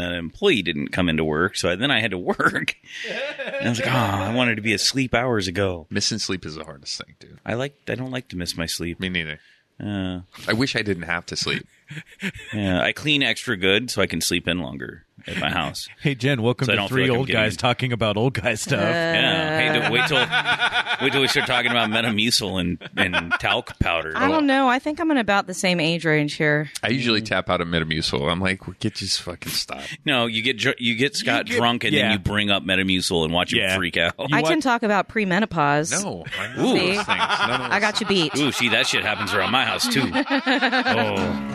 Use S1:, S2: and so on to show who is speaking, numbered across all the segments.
S1: an employee didn't come into work, so then I had to work. And I was like, oh, I wanted to be asleep hours ago.
S2: Missing sleep is the hardest thing, dude.
S1: I like I don't like to miss my sleep.
S2: Me neither.
S1: Uh,
S2: I wish I didn't have to sleep.
S1: yeah, I clean extra good so I can sleep in longer at my house.
S3: Hey Jen, welcome
S1: So I
S3: to
S1: don't feel
S3: three
S1: like I'm
S3: old
S1: getting-
S3: guys talking about old guy stuff.
S1: Yeah, hey, don't- wait till wait till we start talking about Metamucil and and talc powder.
S4: I don't know. I think I'm in about the same age range here.
S2: I usually tap out of Metamucil. I'm like, well, get just fucking stop.
S1: No, you get dr- you get Scott drunk and then
S3: yeah.
S1: you bring up Metamucil and watch him
S3: Yeah.
S1: freak out.
S3: You
S4: I
S3: what?
S4: can talk about premenopause.
S2: No, I know
S4: See?
S2: those things. None of
S4: I got you beat.
S1: Ooh, see, that shit happens around my house too. Oh,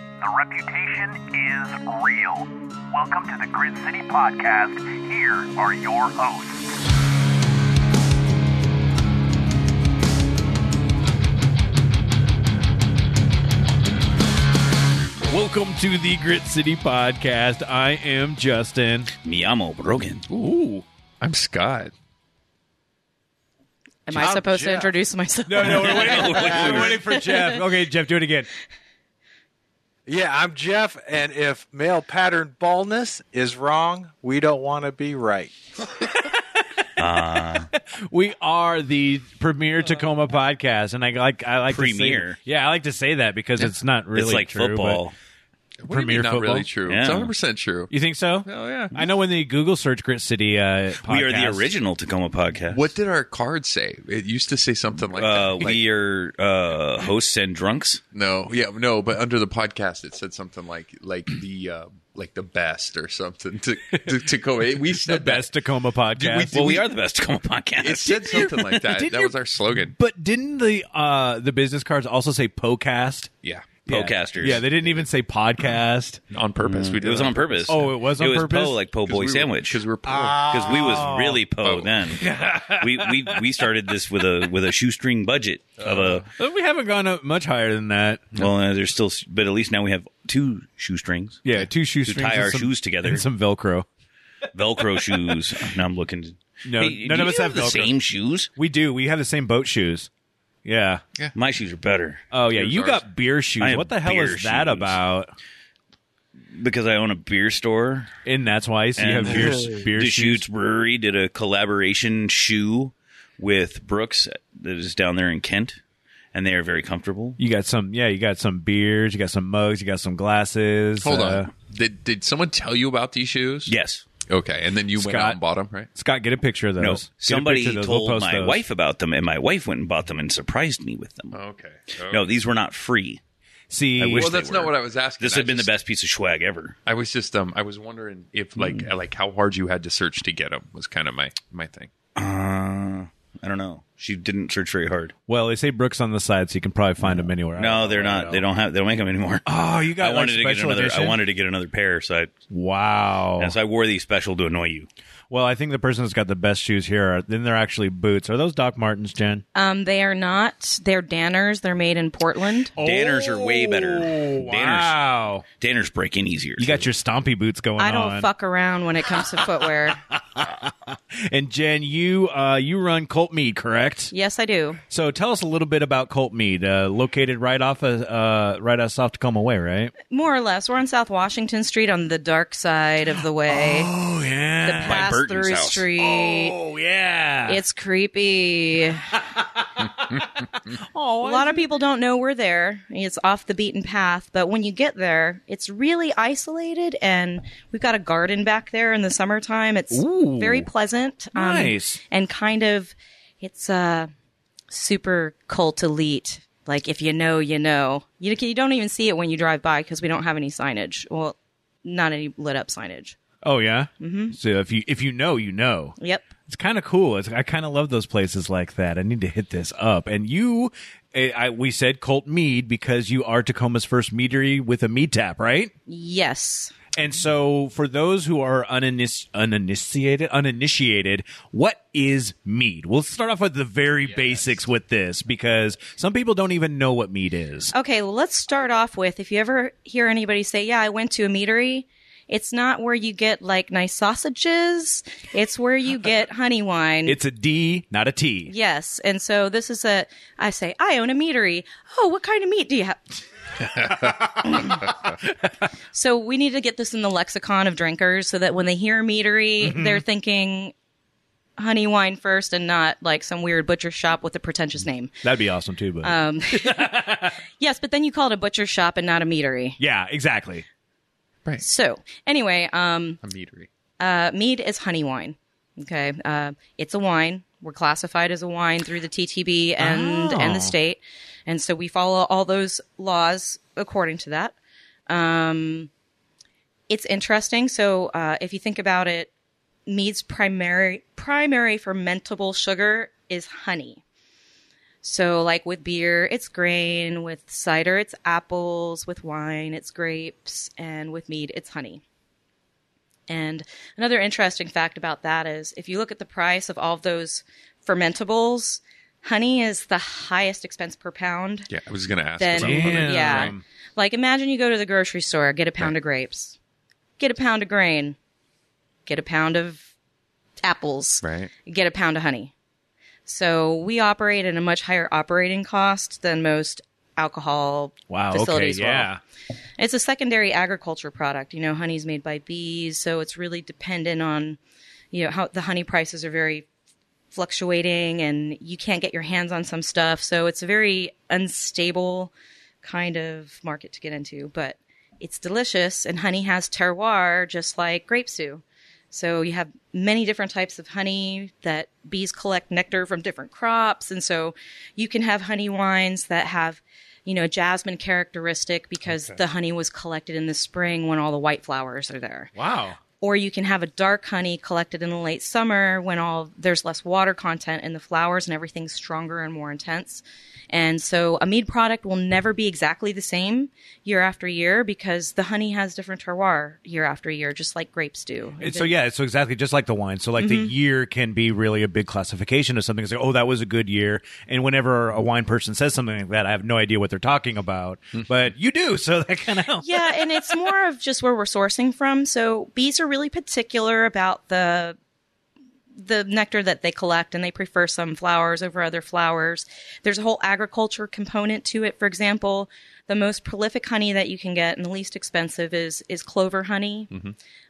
S5: The reputation is real. Welcome to the Grid City Podcast. Here are your hosts.
S3: Welcome to the Grit City Podcast. I am Justin.
S1: mi amo Brogan.
S2: those. Ooh, I'm Scott.
S4: Am I supposed to introduce myself?
S3: no, we're waiting, we're waiting for Jeff. Okay, Jeff, do it again.
S6: Yeah, I'm Jeff, and if male pattern baldness is wrong, we don't want to be right.
S3: We are the premier Tacoma podcast, and I like I like To
S1: Premier?
S3: say, yeah, I like to say that because it's not really
S1: it's like
S3: true, but-
S1: football.
S2: What do you mean
S3: Premier
S2: not
S3: football?
S2: really true.
S1: Yeah.
S2: It's 100 percent true.
S3: You think so?
S2: Oh yeah.
S3: I know when the Google search Grit City uh, podcast.
S1: We are the original Tacoma podcast.
S2: What did our card say? It used to say something like
S1: Uh,
S2: that. Like,
S1: we are uh, hosts and drunks.
S2: no, yeah, no. But under the podcast, it said something like like the uh, like the best or something to to, to go. We
S3: the
S2: said that.
S3: best Tacoma podcast.
S2: we do-
S1: Well, we are the best Tacoma podcast.
S2: It said something like that.
S3: Did
S2: that
S3: your-
S2: was our slogan.
S3: but didn't the uh, the business cards also say podcast?
S2: Yeah,
S3: Yeah.
S1: Podcasters.
S3: Yeah, they didn't even say podcast.
S2: on purpose. We did
S1: Mm, It was on purpose.
S3: Oh, it was on
S1: it was
S3: purpose?
S1: Poe like Poe Boy Sandwich Ah.
S2: because we were poor.
S1: because we was really Poe
S2: Oh.
S1: then. we, we we started this with a with a shoestring budget of a
S3: But we haven't gone up much higher than that.
S1: well, uh, there's still, s- but at least now we have two shoestrings,
S3: Yeah, two shoestrings.
S1: tie
S3: and
S1: our
S3: some-
S1: shoes together.
S3: and some Velcro.
S1: Velcro shoes. Now I'm looking.
S3: No,
S1: Hey,
S3: none
S1: do
S3: of us
S1: you
S3: have
S1: the
S3: Velcro.
S1: same shoes.
S3: We do. We have the same boat shoes. Yeah.
S1: My shoes are better
S3: Oh yeah.
S2: Yours
S3: You
S2: are-
S3: got beer
S1: I
S3: shoes.
S1: have
S3: What the hell
S1: beer
S3: is that
S1: shoes.
S3: about?
S1: because I own a beer store.
S3: And that's why you
S1: And
S3: have beer beer shoes.
S1: Deschutes Brewery did a collaboration shoe with Brooks that is down there in Kent, and they are very comfortable.
S3: You got some. Yeah, you got some beers. You got some mugs. You got some glasses.
S2: Hold
S3: Uh,
S2: on. Did did someone tell you about these shoes?
S1: Yes.
S2: Okay, and then you went
S3: Scott-
S2: out and bought them, right?
S3: Scott, get a picture of those.
S1: No,
S3: Oh, Get a
S1: somebody
S3: picture of those. We'll
S1: told
S3: post
S1: my
S3: those.
S1: wife about them, and my wife went and bought them and surprised me with them.
S2: Okay.
S1: No, these were not free.
S3: See,
S1: I wish
S2: well, that's
S1: they
S2: not
S1: were.
S2: what I was asking.
S1: This
S2: I
S1: had been
S2: just-
S1: the best piece of swag ever.
S2: I was just um, I was wondering if like
S1: Hmm.
S2: like how hard you had to search to get them was kind of my my thing.
S1: Uh, I don't know. She didn't search very hard.
S3: well, they say Brooks on the side, so you can probably find them anywhere.
S1: No, they're not. They don't have. They don't make them anymore.
S3: Oh, you got
S1: I
S3: like,
S1: wanted to get
S3: special
S1: another.
S3: edition? Oh.
S1: I wanted to get another pair, so I,
S3: Wow.
S1: yeah, so I wore these special to annoy you.
S3: well, I think the person that's got the best shoes here are then they're actually boots. Are those Doc Martens, Jen?
S4: Um, they are not. They're Danners. They're made in Portland.
S1: Oh, Danners are way better.
S3: Oh,
S1: Danners,
S3: Wow.
S1: Danners break in easier.
S3: You got your stompy boots going
S4: I
S3: on.
S4: don't fuck around when it comes to footwear.
S3: And Jen, you uh, you run Colt Mead, correct?
S4: yes, I do.
S3: So tell us a little bit about Colt Mead, uh, located right off of, uh, right off South Tacoma Way, right?
S4: More or less, we're on South Washington Street on the dark side of the way.
S3: Oh yeah.
S4: the pass through
S1: Burton's house.
S4: street.
S3: oh yeah.
S4: It's creepy.
S3: oh,
S4: A lot of people don't know we're there. It's off the beaten path, but when you get there, it's really isolated, and we've got a garden back there in the summertime. It's
S3: Ooh.
S4: very pleasant, um,
S3: Nice.
S4: and kind of it's uh, super cult elite. Like if you know, you know. You you don't even see it when you drive by because we don't have any signage. Well, not any lit up signage.
S3: oh yeah. Mm-hmm. So if you if you know, you know.
S4: Yep.
S3: It's kind of cool. It's, I kind of love those places like that. I need to hit this up. And you, eh, I, we said Colt Mead because you are Tacoma's first meadery with a mead tap, right?
S4: Yes.
S3: And so, for those who are uninis- uninitiated, uninitiated, what is mead? We'll start off with the very basics with this because some people don't even know what mead is.
S4: Okay, well, let's start off with if you ever hear anybody say, Yeah, I went to a meadery, it's not where you get like nice sausages, it's where you get honey wine.
S3: It's a D, not a T.
S4: yes. And so this is a, I say, I own a meadery. Oh, what kind of meat do you have? so we need to get this in the lexicon of drinkers so that when they hear meadery, they're thinking honey wine first and not like some weird butcher shop with a pretentious name.
S3: That'd be awesome too, but
S4: Yes, but then you call it a butcher shop and not a meadery.
S3: yeah, exactly.
S4: So anyway, um,
S2: A meadery.
S4: uh, mead is honey wine. Okay, uh, it's a wine. We're classified as a wine through the TTB and and
S3: Oh.
S4: the state, and so we follow all those laws according to that. Um, it's interesting. So uh, if you think about it, mead's primary primary fermentable sugar is honey. So like with beer, it's grain. With cider, it's apples. With wine, it's grapes, and with mead, it's honey. And another interesting fact about that is if you look at the price of all of those fermentables, honey is the highest expense per pound.
S2: Yeah, I was gonna ask.
S4: Then,
S2: about that.
S3: Damn.
S4: yeah. Like imagine you go to the grocery store, get a pound of grapes, get a pound of grain, get a pound of apples,
S2: Right.
S4: get a pound of honey. So we operate at a much higher operating cost than most alcohol
S3: Wow. Okay.
S4: facilities will.
S3: Yeah.
S4: It's a secondary agriculture product. You know, honey's made by bees, so it's really dependent on, you know, how the honey prices are very fluctuating and you can't get your hands on some stuff. So it's a very unstable kind of market to get into, but it's delicious and honey has terroir just like grapes do. So you have many different types of honey that bees collect nectar from different crops. And so you can have honey wines that have, you know, jasmine characteristic because the honey was collected in the spring when all the white flowers are there
S3: Wow.
S4: or you can have a dark honey collected in the late summer when all there's less water content in the flowers and everything's stronger and more intense. And so a mead product will never be exactly the same year after year because the honey has different terroir year after year, just like grapes do.
S3: And so yeah, so exactly just like the wine. So like the year can be really a big classification of something. It's like, oh, that was a good year. And whenever a wine person says something like that, I have no idea what they're talking about, but you do. So that kind of helps.
S4: yeah, and it's more of just where we're sourcing from. So bees are really particular about the the nectar that they collect and they prefer some flowers over other flowers. There's a whole agriculture component to it. For example, the most prolific honey that you can get and the least expensive is is clover honey.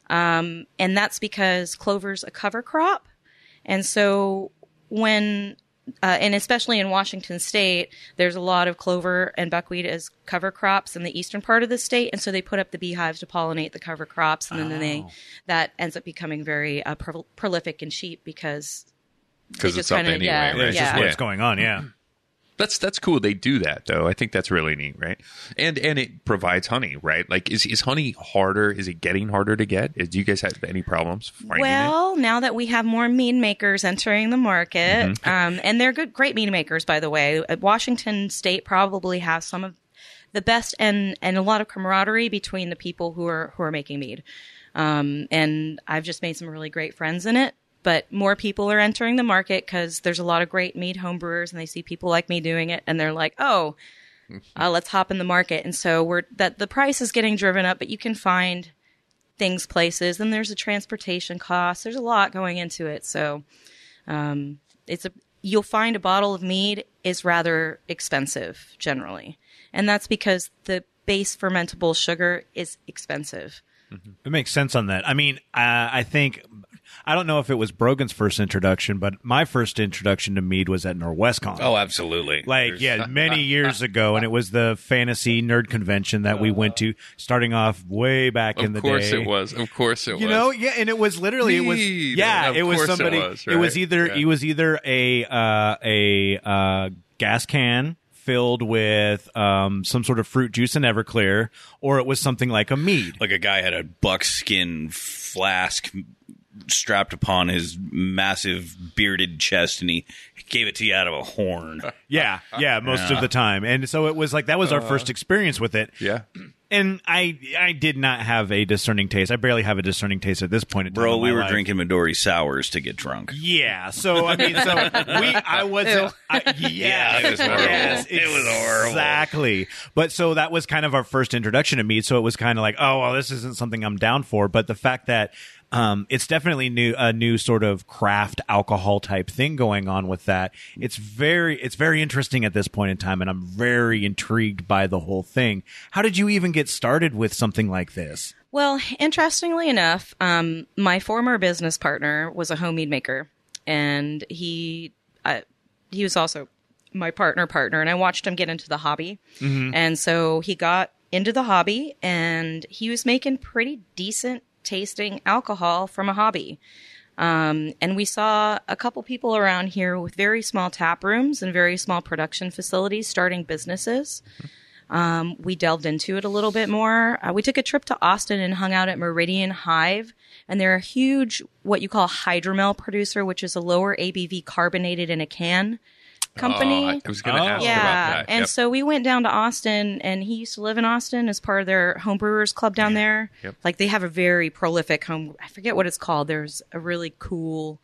S4: Um, and that's because clover's a cover crop. And so when uh, and especially in Washington state, there's a lot of clover and buckwheat as cover crops in the eastern part of the state, and so they put up the beehives to pollinate the cover crops, and then they that ends up becoming very uh, pro- prolific in sheep because
S2: Because
S4: They
S2: it's
S4: just
S2: up
S4: kinda-
S2: anyway,
S4: yeah.
S2: right?
S3: It's just
S4: Yeah.
S3: what's going on. Yeah.
S2: That's that's cool. They do that though. I think that's really neat, right? And and it provides honey, right? Like, is is honey harder? Is it getting harder to get? Is, do you guys have any problems finding it?
S4: Well, now that we have more mead makers entering the market, um, and they're good, great mead makers, by the way. Uh, Washington State probably has some of the best and and a lot of camaraderie between the people who are who are making mead. Um, and I've just made some really great friends in it. But more people are entering the market because there's a lot of great mead homebrewers, and they see people like me doing it, and they're like, "Oh, uh, let's hop in the market." And so we're that the price is getting driven up, but you can find things places then there's a transportation cost there's a lot going into it so um, it's a you'll find a bottle of mead is rather expensive generally and that's because the base fermentable sugar is expensive
S3: It makes sense on that. I mean, uh, I think I don't know if it was Brogan's first introduction, but my first introduction to mead was at Norwestcon.
S1: Oh, absolutely.
S3: like yeah, many years ago, and it was the fantasy nerd convention that we went to, starting off way back in
S2: Of
S3: the
S2: course
S3: day.
S2: it was. Of course it was.
S3: You know, yeah, and it was literally it was
S2: Mead.
S3: yeah,
S2: Of
S3: it was
S2: course it
S3: somebody. It was,
S2: was, right?
S3: either
S2: Yeah.
S3: it was either a uh, a uh, gas can filled with um, some sort of fruit juice and Everclear, or it was something like a mead.
S1: like a guy had a buckskin flask strapped upon his massive bearded chest and he gave it to you out of a horn.
S3: Yeah, yeah, most of the time, and so it was like that was our first experience with it.
S2: yeah.
S3: and I I did not have a discerning taste. I barely have a discerning taste at this point. in time
S1: Bro,
S3: in
S1: we
S3: my
S1: were
S3: life.
S1: drinking Midori sours to get drunk.
S3: Yeah. So I mean, so we I wasn't. I, yes,
S1: Yeah, it was horrible.
S3: Yes,
S1: It was horrible.
S3: Exactly. But so that was kind of our first introduction to meat. So it was kind of like, oh well, this isn't something I'm down for. But the fact that um, it's definitely new, a new sort of craft alcohol type thing going on with that. It's very, it's very interesting at this point in time, and I'm very intrigued by the whole thing. How did you even get started with something like this?
S4: Well, interestingly enough, um, my former business partner was a homemade maker, and he uh, he was also my partner partner, and I watched him get into the hobby, and so he got into the hobby, and he was making pretty decent tasting alcohol from a hobby. Um, and we saw a couple people around here with very small tap rooms and very small production facilities starting businesses Um, we delved into it a little bit more. Uh, we took a trip to Austin and hung out at Meridian Hive, and they're a huge, what you call hydromel producer, which is a lower ABV carbonated in a can company.
S2: Oh, I- I was going to
S3: Oh.
S2: ask
S4: yeah,
S2: about that.
S4: and
S2: Yep.
S4: so we went down to Austin, and he used to live in Austin as part of their homebrewers club down there.
S2: Yep.
S4: Like they have a very prolific home. I forget what it's called. There's a really cool.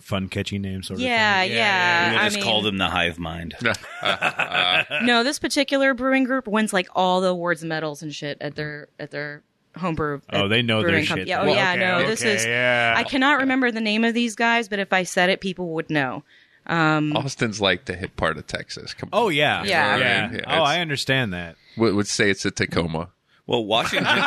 S3: Fun, catchy name, sort
S4: Yeah,
S3: of.
S4: yeah.
S1: We'll
S4: I
S1: just
S4: mean,
S1: call them the hive mind.
S4: no, this particular brewing group wins like all the awards and medals and shit at their at their homebrew.
S3: Oh,
S4: at
S3: they know their
S4: brewing
S3: shit.
S4: company. Yeah, oh
S3: Well,
S4: yeah,
S3: okay,
S4: no, this
S3: okay,
S4: is.
S3: yeah.
S4: I cannot remember the name of these guys, but if I said it, people would know.
S2: Austin's like the hip part of Texas. Come on.
S3: Mm-hmm. Oh yeah,
S4: Yeah.
S2: Yeah. Yeah,
S3: Oh,
S2: it's-
S3: I understand that.
S2: would, would say it's a Tacoma.
S1: Well, Washington,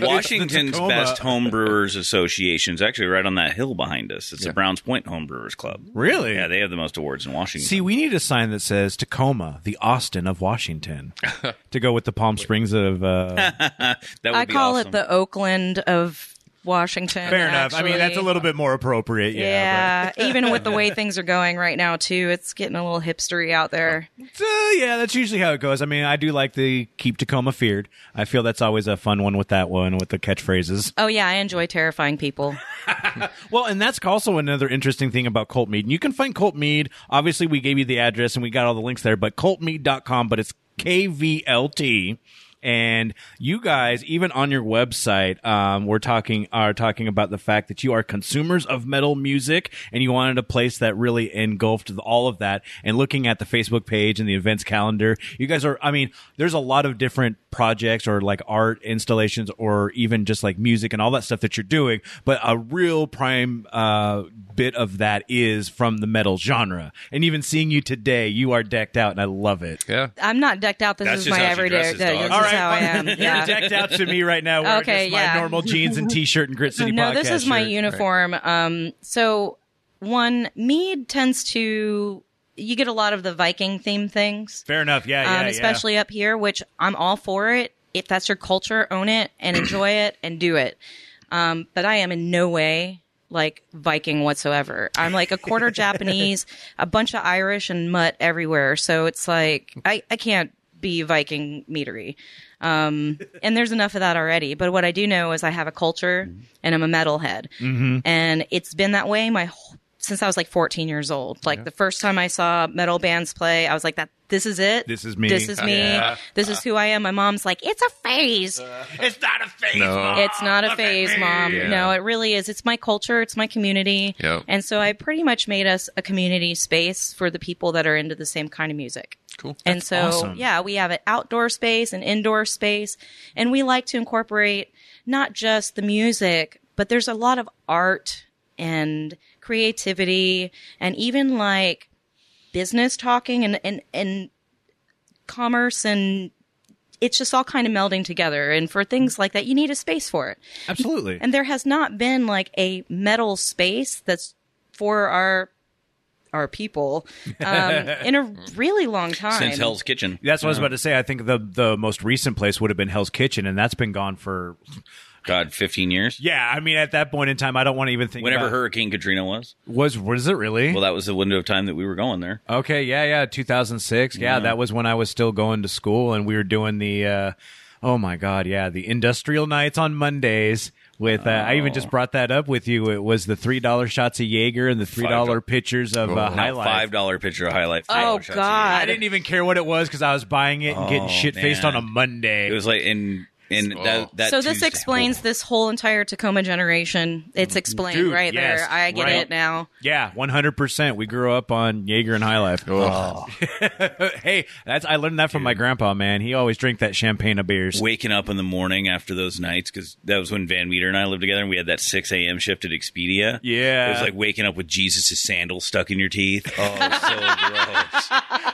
S1: Washington's
S3: Tacoma.
S1: best homebrewers association is actually right on that hill behind us. It's
S2: Yeah.
S1: the Browns Point Homebrewers Club.
S3: Really?
S1: Yeah, they have the most awards in Washington.
S3: See, we need a sign that says Tacoma, the Austin of Washington, to go with the Palm Springs of. Uh,
S1: that would
S4: I
S1: be
S4: call
S1: awesome.
S4: it the Oakland of Washington.
S3: fair enough. I mean, that's a
S4: actually.
S3: little bit more appropriate. Yeah.
S4: Yeah, even with the way things are going right now, too, it's getting a little hipstery out there.
S3: but- Uh, yeah, that's usually how it goes. I mean, I do like the keep Tacoma feared. I feel that's always a fun one with that one with the catchphrases.
S4: Oh yeah, I enjoy terrifying people.
S3: Well, and that's also another interesting thing about Colt Mead. And you can find Colt Mead. Obviously, we gave you the address and we got all the links there, but coltmead.com, but it's KVLT. And you guys, even on your website, um, we're talking are talking about the fact that you are consumers of metal music, and you wanted a place that really engulfed all of that. And looking at the Facebook page and the events calendar, you guys are. I mean, there's a lot of different projects or like art installations or even just like music and all that stuff that you're doing. But a real prime uh, bit of that is from the metal genre. And even seeing you today, you are decked out, and I love it.
S2: Yeah.
S4: I'm not decked out. This
S1: That's
S4: is
S1: just
S4: my
S1: how she
S4: everyday.
S1: dresses,
S4: this
S1: dog.
S4: is
S1: All
S4: how I am. Yeah.
S3: You're decked out to me right now. Wearing
S4: Okay,
S3: just my
S4: yeah.
S3: normal jeans and t-shirt and Grit City
S4: no,
S3: podcast
S4: this is my
S3: shirt.
S4: uniform. Um, so one Mead tends to you get a lot of the Viking theme things,
S3: Fair enough. Yeah, yeah,
S4: um,
S3: yeah.
S4: especially up here, which I'm all for it. If that's your culture, own it and enjoy it and do it. Um, but I am in no way like Viking whatsoever. I'm like a quarter Japanese, a bunch of Irish and mutt everywhere. So it's like I, I can't be Viking meatery. Um, and there's enough of that already. But what I do know is I have a culture and I'm a metalhead.
S3: Mm-hmm.
S4: And it's been that way my whole, since I was like 14 years old. Like the first time I saw metal bands play, I was like, that this is it.
S3: This is me.
S4: This is me. This is who I am. My mom's like, it's a phase.
S3: It's not a phase.
S2: No.
S4: It's not a phase, mom. No, it really is. It's my culture. It's my community.
S2: Yep.
S4: And so I pretty much made us a community space for the people that are into the same kind of music.
S2: Cool.
S4: And so,
S3: awesome.
S4: yeah, we have an outdoor space, an indoor space, and we like to incorporate not just the music, but there's a lot of art and creativity and even like business talking and, and, and commerce and it's just all kind of melding together. And for things like that, you need a space for it.
S3: Absolutely.
S4: And there has not been like a metal space that's for our our people um, in a really long time.
S1: Since Hell's Kitchen.
S3: That's what I was about to say. I think the the most recent place would have been Hell's Kitchen, and that's been gone for.
S1: God, 15 years?
S3: Yeah, I mean, at that point in time, I don't want to even think.
S1: Whenever
S3: about-
S1: Hurricane Katrina was.
S3: was was it really?
S1: Well, that was the window of time that we were going there.
S3: okay, yeah, yeah, 2006. Yeah, that was when I was still going to school, and we were doing the. Uh, oh my God, yeah, the industrial nights on Mondays. With uh, I even just brought that up with you. It was the three dollar shots of Jaeger and the three dollar pitchers of uh, High Life.
S1: Oh, Five dollar pitcher of highlight.
S4: Oh, God.
S3: I didn't even care what it was because I was buying it and getting
S1: Oh,
S3: shit faced
S1: man.
S3: on a Monday.
S1: It was like in in
S2: Oh.
S1: that, that.
S4: so this
S1: Tuesday- Mm-hmm.
S4: explains this whole entire Tacoma generation. It's explained
S3: Dude,
S4: right
S3: yes,
S4: there. I get
S3: right.
S4: it now.
S3: yeah, one hundred percent. We grew up on Jaeger and High Life. hey, that's I learned that from my grandpa. Man, he always drank that champagne of beers.
S1: waking up in the morning after those nights because that was when Van Meter and I lived together and we had that 6 a.m. shift at Expedia.
S3: Yeah.
S1: It was like waking up with Jesus' sandal stuck in your teeth. Oh, so gross.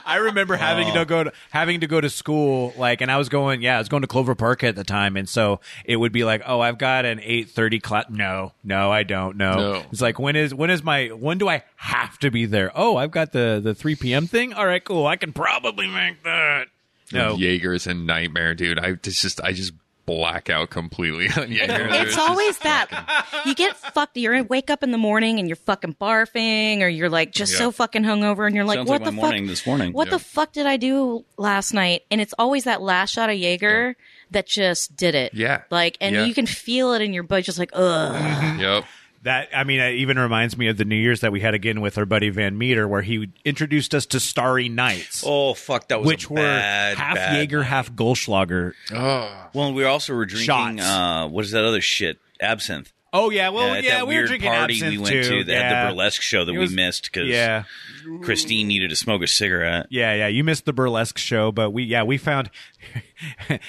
S3: I remember having to go to having to go to school like, and I was going, yeah, I was going to Clover Park at the time, and so it would be like, oh, I've got an eight thirty class. No, no, I don't. No.
S2: No.
S3: it's like when is when is my when do I have to be there? Oh, I've got the the three p.m. thing. All right, cool. I can probably make that. No,
S2: Jaeger is a nightmare, dude. I it's just I just black out completely on Jaeger.
S4: It's always that. You get fucked. You're in, wake up in the morning and you're fucking barfing, or you're like just so fucking hungover, and you're like,
S1: Sounds
S4: "What
S1: like my
S4: the
S1: morning
S4: fuck?
S1: this morning.
S4: What the fuck did I do last night?" And it's always that last shot of Jaeger that just did it.
S2: Yeah.
S4: like, and
S2: Yeah.
S4: you can feel it in your butt, just like, ugh.
S2: yep.
S3: That I mean, it even reminds me of the New Year's that we had again with our buddy Van Meter, where he introduced us to Starry Nights,
S1: oh, fuck. That was
S3: which
S1: a
S3: were
S1: bad,
S3: half
S1: bad
S3: Jaeger, half Goldschlager.
S2: Oh,
S1: Well, we also were drinking.
S3: Shots.
S1: Uh, what is that other shit? Absinthe.
S3: Oh yeah, well
S1: Uh,
S3: yeah,
S1: at that
S3: we
S1: weird
S3: were drinking
S1: party we
S3: absinthe
S1: went
S3: too.
S1: to. They had
S3: yeah.
S1: the burlesque show that
S3: It
S1: we
S3: was-
S1: missed because
S3: Yeah,
S1: Christine needed to smoke a cigarette.
S3: yeah, yeah. You missed the burlesque show, but we yeah we found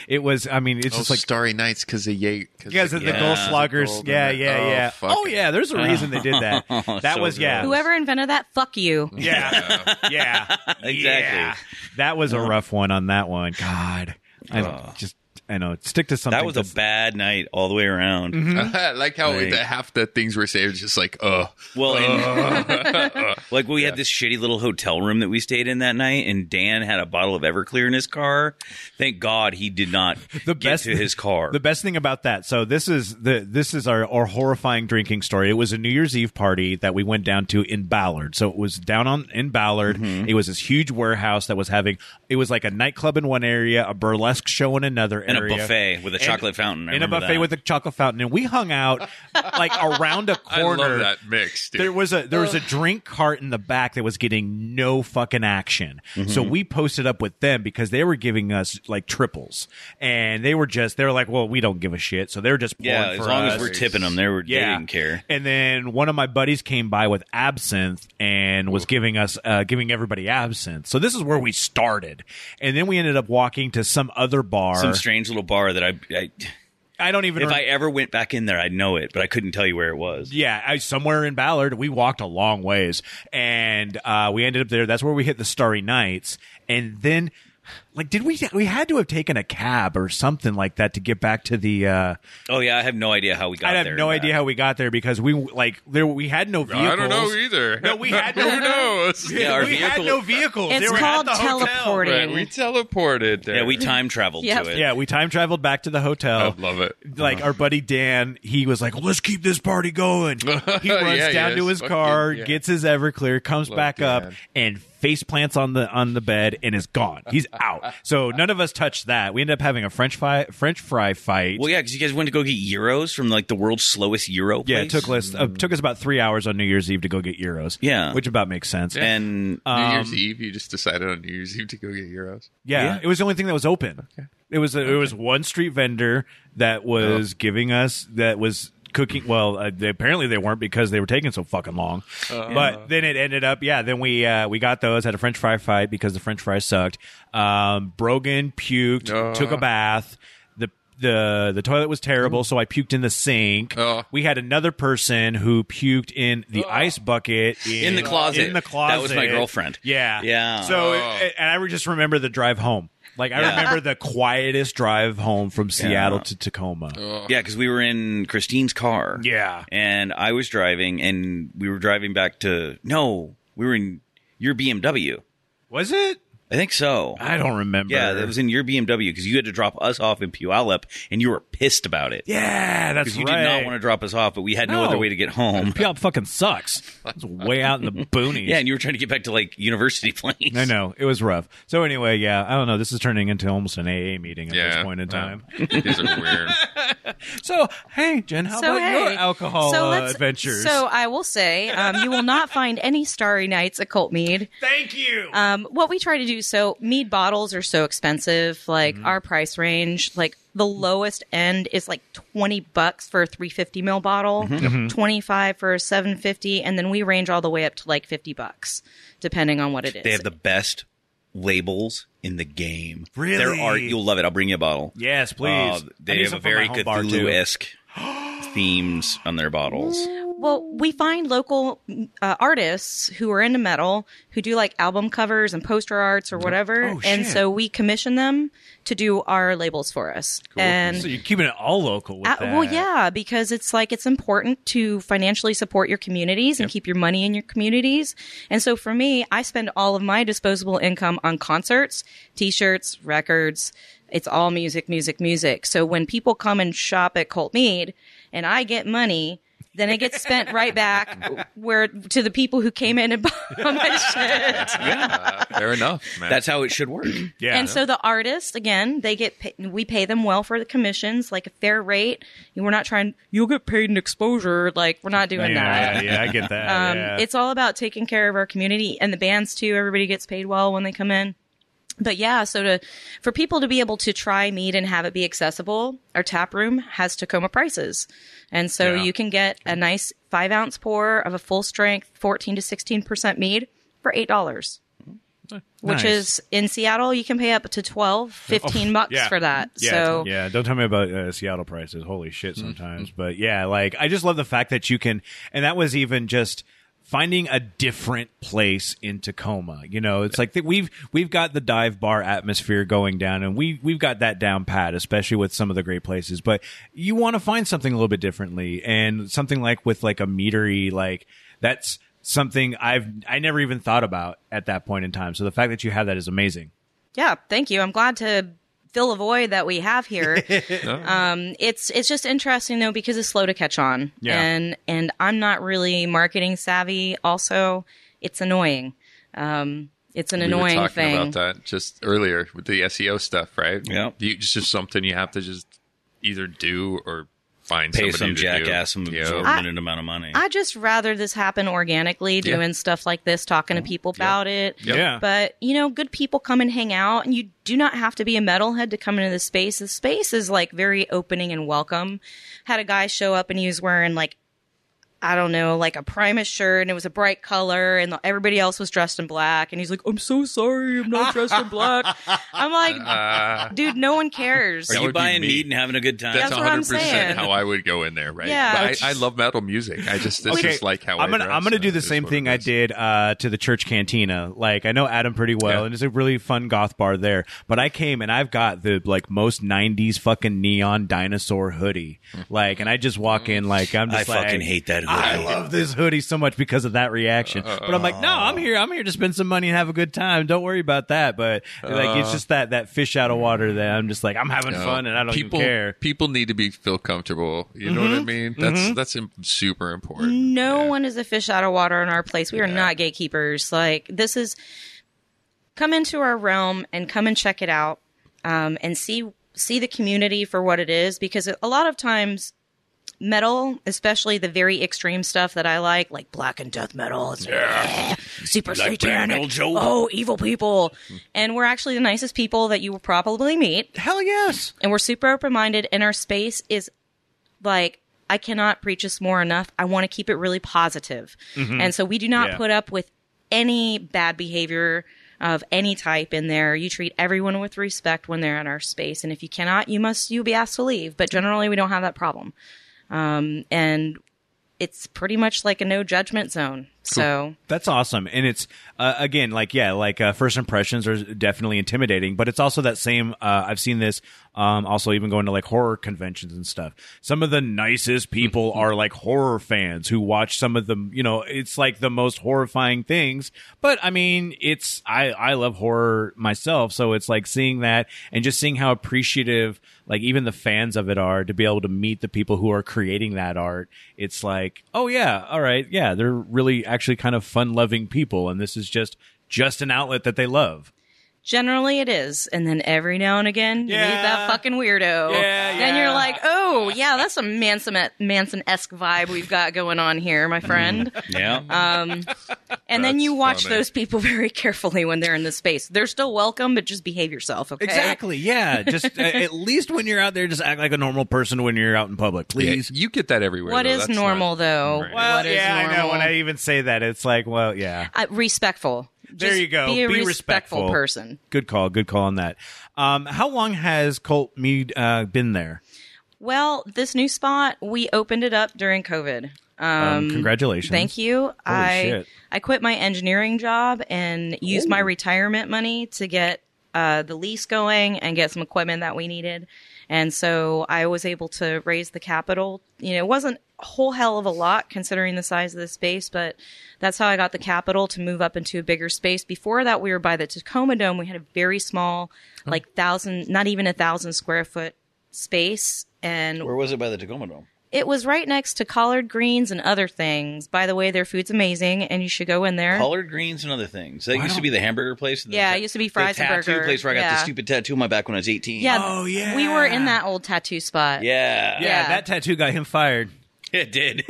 S3: it was. I mean, it's
S2: it's
S3: just like
S2: Starry Nights because of Jaeger.
S3: because of the
S1: Yeah.
S3: Goldschlagers.
S2: Gold
S3: Yeah,
S2: and-
S3: yeah,
S2: oh,
S3: yeah.
S2: fuck
S3: Oh
S2: it.
S3: yeah, there's a reason they did that. That
S1: So
S3: was yeah.
S1: gross.
S4: Whoever invented that, fuck you.
S3: Yeah, yeah,
S1: Exactly. Uh-huh.
S3: yeah. That was a rough one on that one. God, I just I know. Stick to something.
S1: Uh. That was a
S3: that's-
S1: bad night all the way around.
S2: I like how
S1: Like-
S2: the, half the things were saved, just like, uh,
S1: Well, and- like we had this shitty little hotel room that we stayed in that night, and Dan had a bottle of Everclear in his car. Thank God he did not
S3: the
S1: get
S3: best
S1: to his car.
S3: The best thing about that. So this is the this is our, our horrifying drinking story. It was a New Year's Eve party that we went down to in Ballard. So it was down on in Ballard.
S1: Mm-hmm.
S3: It was this huge warehouse that was having. It was like a nightclub in one area, a burlesque show in another
S1: And a
S3: area,
S1: buffet with a chocolate fountain. I
S3: and a
S1: remember
S3: buffet
S1: that.
S3: with a chocolate fountain. And we hung out like around a
S2: I
S3: corner.
S2: love that mix, dude.
S3: There was a there was a drink cart in the back that was getting no fucking action.
S1: Mm-hmm.
S3: So we posted up with them because they were giving us like triples, and they were just they were like, well, we don't give a shit. So they're just pouring
S1: yeah. As
S3: for
S1: long
S3: us.
S1: as we're tipping them, they were they didn't care.
S3: And then one of my buddies came by with absinthe and was giving us uh, giving everybody absinthe. So this is where we started, and then we ended up walking to some other bar.
S1: Some strange little bar that I, I
S3: I don't even
S1: if
S3: rem-
S1: I ever went back in there, I'd know it, but I couldn't tell you where it was.
S3: Yeah, I, somewhere in Ballard, we walked a long ways, and uh, we ended up there. That's where we hit the Starry Nights, and then, like, did we? We had to have taken a cab or something like that to get back to the. Uh,
S1: Oh yeah, I have no idea how we got
S3: I have
S1: there.
S3: no idea how we got there because we like there we had no vehicles.
S2: I don't know either.
S3: No, we had no-
S2: Who knows?
S1: Yeah, our
S3: we had
S1: vehicle-
S3: no vehicles.
S4: It's
S3: They were at
S4: called
S3: the hotel.
S4: teleporting.
S2: Right, we teleported there.
S1: Yeah, we time traveled
S4: Yep.
S1: to it.
S3: Yeah, we time traveled back to the
S2: I
S3: hotel.
S2: love it.
S3: like
S2: Uh-huh.
S3: our buddy Dan, he was like, "Let's keep this party going." He runs
S2: Yeah,
S3: down
S2: yes,
S3: to his
S2: fucking-
S3: car,
S2: yeah.
S3: gets his Everclear, comes
S2: Love
S3: back up,
S2: Dan.
S3: and face plants on the on the bed and is gone. He's out. so none of us touched that. We ended up having a French fry French fry fight.
S1: Well, yeah, because you guys went to go get euros from like the world's slowest euro.
S3: yeah, it
S1: place.
S3: took us uh, took us about three hours on New Year's Eve to go get euros.
S1: Yeah.
S3: which about makes sense. um, Yeah,
S1: And
S2: New Year's Eve, you just decided on New Year's Eve to go get euros.
S1: yeah.
S3: it was the only thing that was open. It was it was one street vendor that was giving us that was cooking. Well, uh, they, apparently they weren't because they were taking so fucking long.
S1: Uh-huh.
S3: but then it ended up, yeah. Then we uh, we got those had a French fry fight because the French fries sucked. Um, Brogan puked,
S2: Uh.
S1: Uh-huh.
S3: took a bath. The the the toilet was terrible,
S1: Mm-hmm.
S3: so I puked in the sink.
S2: Uh.
S1: Uh-huh.
S3: we had another person who puked in the ice bucket
S1: in the closet.
S3: in the closet.
S1: That was my girlfriend.
S3: Yeah.
S1: Yeah.
S3: So, it- and I just remember the drive home. Like, I
S1: Oh. Yeah.
S3: remember the quietest drive home from Seattle
S1: Yeah. Oh.
S3: to Tacoma.
S1: Yeah, because we were in Christine's car.
S3: Uh, Yeah.
S1: And I was driving, and we were driving back to. No, we were in your BMW.
S3: Was it?
S1: I think so.
S3: I don't remember.
S1: yeah, that was in your BMW because you had to drop us off in Puyallup, and you were pissed about it.
S3: yeah, that's
S1: Because you
S3: right.
S1: did not want to drop us off, but we had no,
S3: No.
S1: other way to get home.
S3: Puyallup fucking sucks. It's way out in the boonies.
S1: Yeah, and you were trying to get back to like University Plains.
S3: I know it was rough. So anyway, yeah, I don't know. This is turning into almost an AA meeting at
S2: Yeah.
S3: this point in
S2: Wow.
S3: time.
S2: These are weird.
S3: So hey, Jen, how about your
S4: hey,
S3: alcohol
S4: so
S3: uh,
S4: let's-
S3: adventures?
S4: So I will say, um, you will not find any Starry Nights at Colt Mead.
S3: thank you.
S4: Um, what we try to do, so mead bottles are so expensive. Like
S3: Mm-hmm.
S4: our price range, like the lowest end is like twenty bucks for a three fifty ml bottle,
S3: Mm-hmm.
S4: five for a seven fifty, and then we range all the way up to like fifty bucks, depending on what it is.
S1: They have the best labels in the game.
S3: Really?
S1: There are you'll love it. I'll bring you a bottle.
S3: yes, please.
S1: Uh,
S3: I
S1: they have
S3: need some
S1: a
S3: for my
S1: very
S3: home bar, too.
S1: Cthulhu esque themes on their bottles.
S4: Well, we find local uh, artists who are into metal who do like album covers and poster arts or whatever,
S3: Oh,
S4: and
S3: shit.
S4: so we commission them to do our labels for us. And
S3: So you're keeping it all local with
S4: uh,
S3: that.
S4: well, yeah, because it's like it's important to financially support your communities and keep your money in your communities. And so for me, I spend all of my disposable income on concerts, t-shirts, records. It's all music, music, music. So when people come and shop at Colt Mead and I get money, then it gets spent right back where to the people who came in and bought my shit.
S2: Uh, fair enough, man.
S1: That's how it should work.
S3: Yeah.
S4: And so the artists, again, they get pa we pay them well for the commissions, like a fair rate. We're not trying. You'll get paid in exposure. Like we're not
S3: yeah,
S4: doing
S3: yeah,
S4: that.
S3: yeah, I get that.
S4: Um,
S3: yeah.
S4: It's all about taking care of our community and the bands too. Everybody gets paid well when they come in. But yeah, so to for people to be able to try mead and have it be accessible, our tap room has Tacoma prices, and so
S2: Yeah.
S4: you can get a nice five ounce pour of a full strength fourteen to sixteen percent mead for eight dollars which
S3: Mm-hmm. Nice. Oh,
S4: is in Seattle, you can pay up to 12, 15 bucks
S3: yeah.
S4: for that.
S3: Yeah,
S4: so,
S3: yeah, don't tell me about uh, Seattle prices. Holy shit, sometimes. But yeah, like I just love the fact that you can, and that was even just finding a different place in Tacoma. You know, it's like that we've we've got the dive bar atmosphere going down, and we we've got that down pat, especially with some of the great places. But you want to find something a little bit differently, and something like with like a meatery, like that's something I've I never even thought about at that point in time. So the fact that you have that is amazing.
S4: yeah, thank you. I'm glad to fill a void that we have here. um, it's it's just interesting though because it's slow to catch on,
S3: Yeah.
S4: and and I'm not really marketing savvy. Also, it's annoying. Um, it's an
S2: we were
S4: annoying
S2: talking
S4: thing.
S2: about that just earlier with the SEO stuff, right?
S1: Yeah.
S2: You, it's just something you have to just either do or find
S1: Pay
S2: somebody
S1: some
S2: to
S1: jackass some
S2: do. Yeah.
S1: exorbitant amount of money.
S4: I just rather this happen organically,
S2: Yeah.
S4: doing stuff like this, talking to people about it.
S2: Yep.
S3: Mm-hmm. Yeah.
S4: But you know, good people come and hang out, and you do not have to be a metalhead to come into the space. The space is like very opening and welcome. Had a guy show up and he was wearing like I don't know, like a Primus shirt, and it was a bright color, and everybody else was dressed in black. And he's like, "I'm so sorry, I'm not dressed in black." I'm like,
S3: Uh-huh.
S2: Uh,
S4: dude, no one cares.
S1: Are
S2: That
S1: you
S2: would be
S1: buying
S2: me.
S1: meat and having a good time?
S2: that's
S4: That's what I'm
S2: 100%
S4: saying.
S2: how I would go in there, right?
S4: Yeah.
S2: But I, I love metal music. I just, this is like how
S3: I'm gonna
S2: I dress,
S3: I'm gonna do
S2: and it
S3: the
S2: is
S3: same
S2: what
S3: thing
S2: it
S3: I
S2: is.
S3: did uh, to the church cantina. Like I know Adam pretty well,
S2: Yeah.
S3: and it's a really fun goth bar there. But I came and I've got the like most '90s fucking neon dinosaur hoodie. Like, and I just walk in like I'm
S1: I
S3: just like
S1: fucking hate that.
S3: I
S1: hoodie.
S3: love this hoodie so much because of that reaction. But I'm like, no, I'm here. I'm here to spend some money and have a good time. Don't worry about that. But like,
S2: Uh.
S3: it's just that that fish out of water that I'm just like, I'm having
S2: No.
S3: fun and I don't even
S2: Uh, people,
S3: care.
S2: People need to be feel comfortable. You know
S1: Mm-hmm.
S2: what I mean? That's that's im- super important.
S4: No one is a fish out of water in our place. We are not gatekeepers. Like this is come into our realm and come and check it out um, and see see the community for what it is because a lot of times metal especially the very extreme stuff that i like like black and death metal it's yeah. super satanic oh evil people and we're actually the nicest people that you will probably meet
S3: Hell yes.
S4: and we're super open minded and our space is like I cannot preach this more enough. I want to keep it really positive. And so we do not
S3: Yeah.
S4: put up with any bad behavior of any type in there. You treat everyone with respect when they're in our space. And if you cannot, you must you'll be asked to leave. But generally we don't have that problem. Um and it's pretty much like a no judgment zone So
S3: That's awesome, and it's uh, again like yeah, like uh, first impressions are definitely intimidating, but it's also that same. Uh, I've seen this um, also even going to like horror conventions and stuff. Some of the nicest people are like horror fans who watch some of the you know it's like the most horrifying things. But I mean, it's I I love horror myself, so it's like seeing that and just seeing how appreciative like even the fans of it are to be able to meet the people who are creating that art it's like oh yeah all right yeah they're really actually kind of fun loving people and this is just just an outlet that they love
S4: generally it is, and then every now and again you meet
S3: Yeah.
S4: that fucking weirdo.
S3: Yeah,
S4: Then
S3: yeah.
S4: you're like, oh yeah, that's a Manson Manson esque vibe we've got going on here, my friend.
S1: Yeah.
S4: Um, and
S2: Mm.
S4: then
S2: That's
S4: you watch
S2: funny.
S4: those people very carefully when they're in the space. They're still welcome, but just behave yourself. Okay.
S3: yeah just at least when you're out there just act like a normal person when you're out in public
S2: Yeah, you get that everywhere.
S4: What
S2: though.
S4: is
S2: That's not-
S4: normal though?
S2: Right.
S3: well
S4: What is
S3: yeah i know
S4: normal?
S3: when i even say that it's like well yeah
S4: Uh, respectful.
S3: There
S4: Just
S3: you go.
S4: Be a
S3: Be
S4: respectful,
S3: respectful.
S4: person.
S3: good call good call on that um how long has colt mead uh been there
S4: Well, this new spot we opened it up during COVID. Um,
S3: um, congratulations
S4: Thank you. I
S3: shit.
S4: I quit my engineering job and used my retirement money to get uh, the lease going and get some equipment that we needed. And so I was able to raise the capital. You know, it wasn't a whole hell of a lot considering the size of the space, but that's how I got the capital to move up into a bigger space. Before that, we were by the Tacoma Dome. We had a very small, like thousand, not even a thousand square foot space. And
S1: Where was it by the Tacoma Dome?
S4: it was right next to collard greens and other things. By the way, their food's amazing, and you should go in there.
S1: Collard greens and other things. That used to
S3: don't-
S1: be the hamburger place. The,
S4: Yeah, it used to be Fries
S1: the
S4: and
S1: tattoo
S4: Burger.
S1: place where I got the
S4: Yeah.
S1: stupid tattoo on my back when I was eighteen.
S4: yeah,
S3: Oh, yeah.
S4: we were in that old tattoo spot.
S1: yeah,
S3: yeah,
S4: Yeah.
S3: that tattoo got him fired
S1: it did.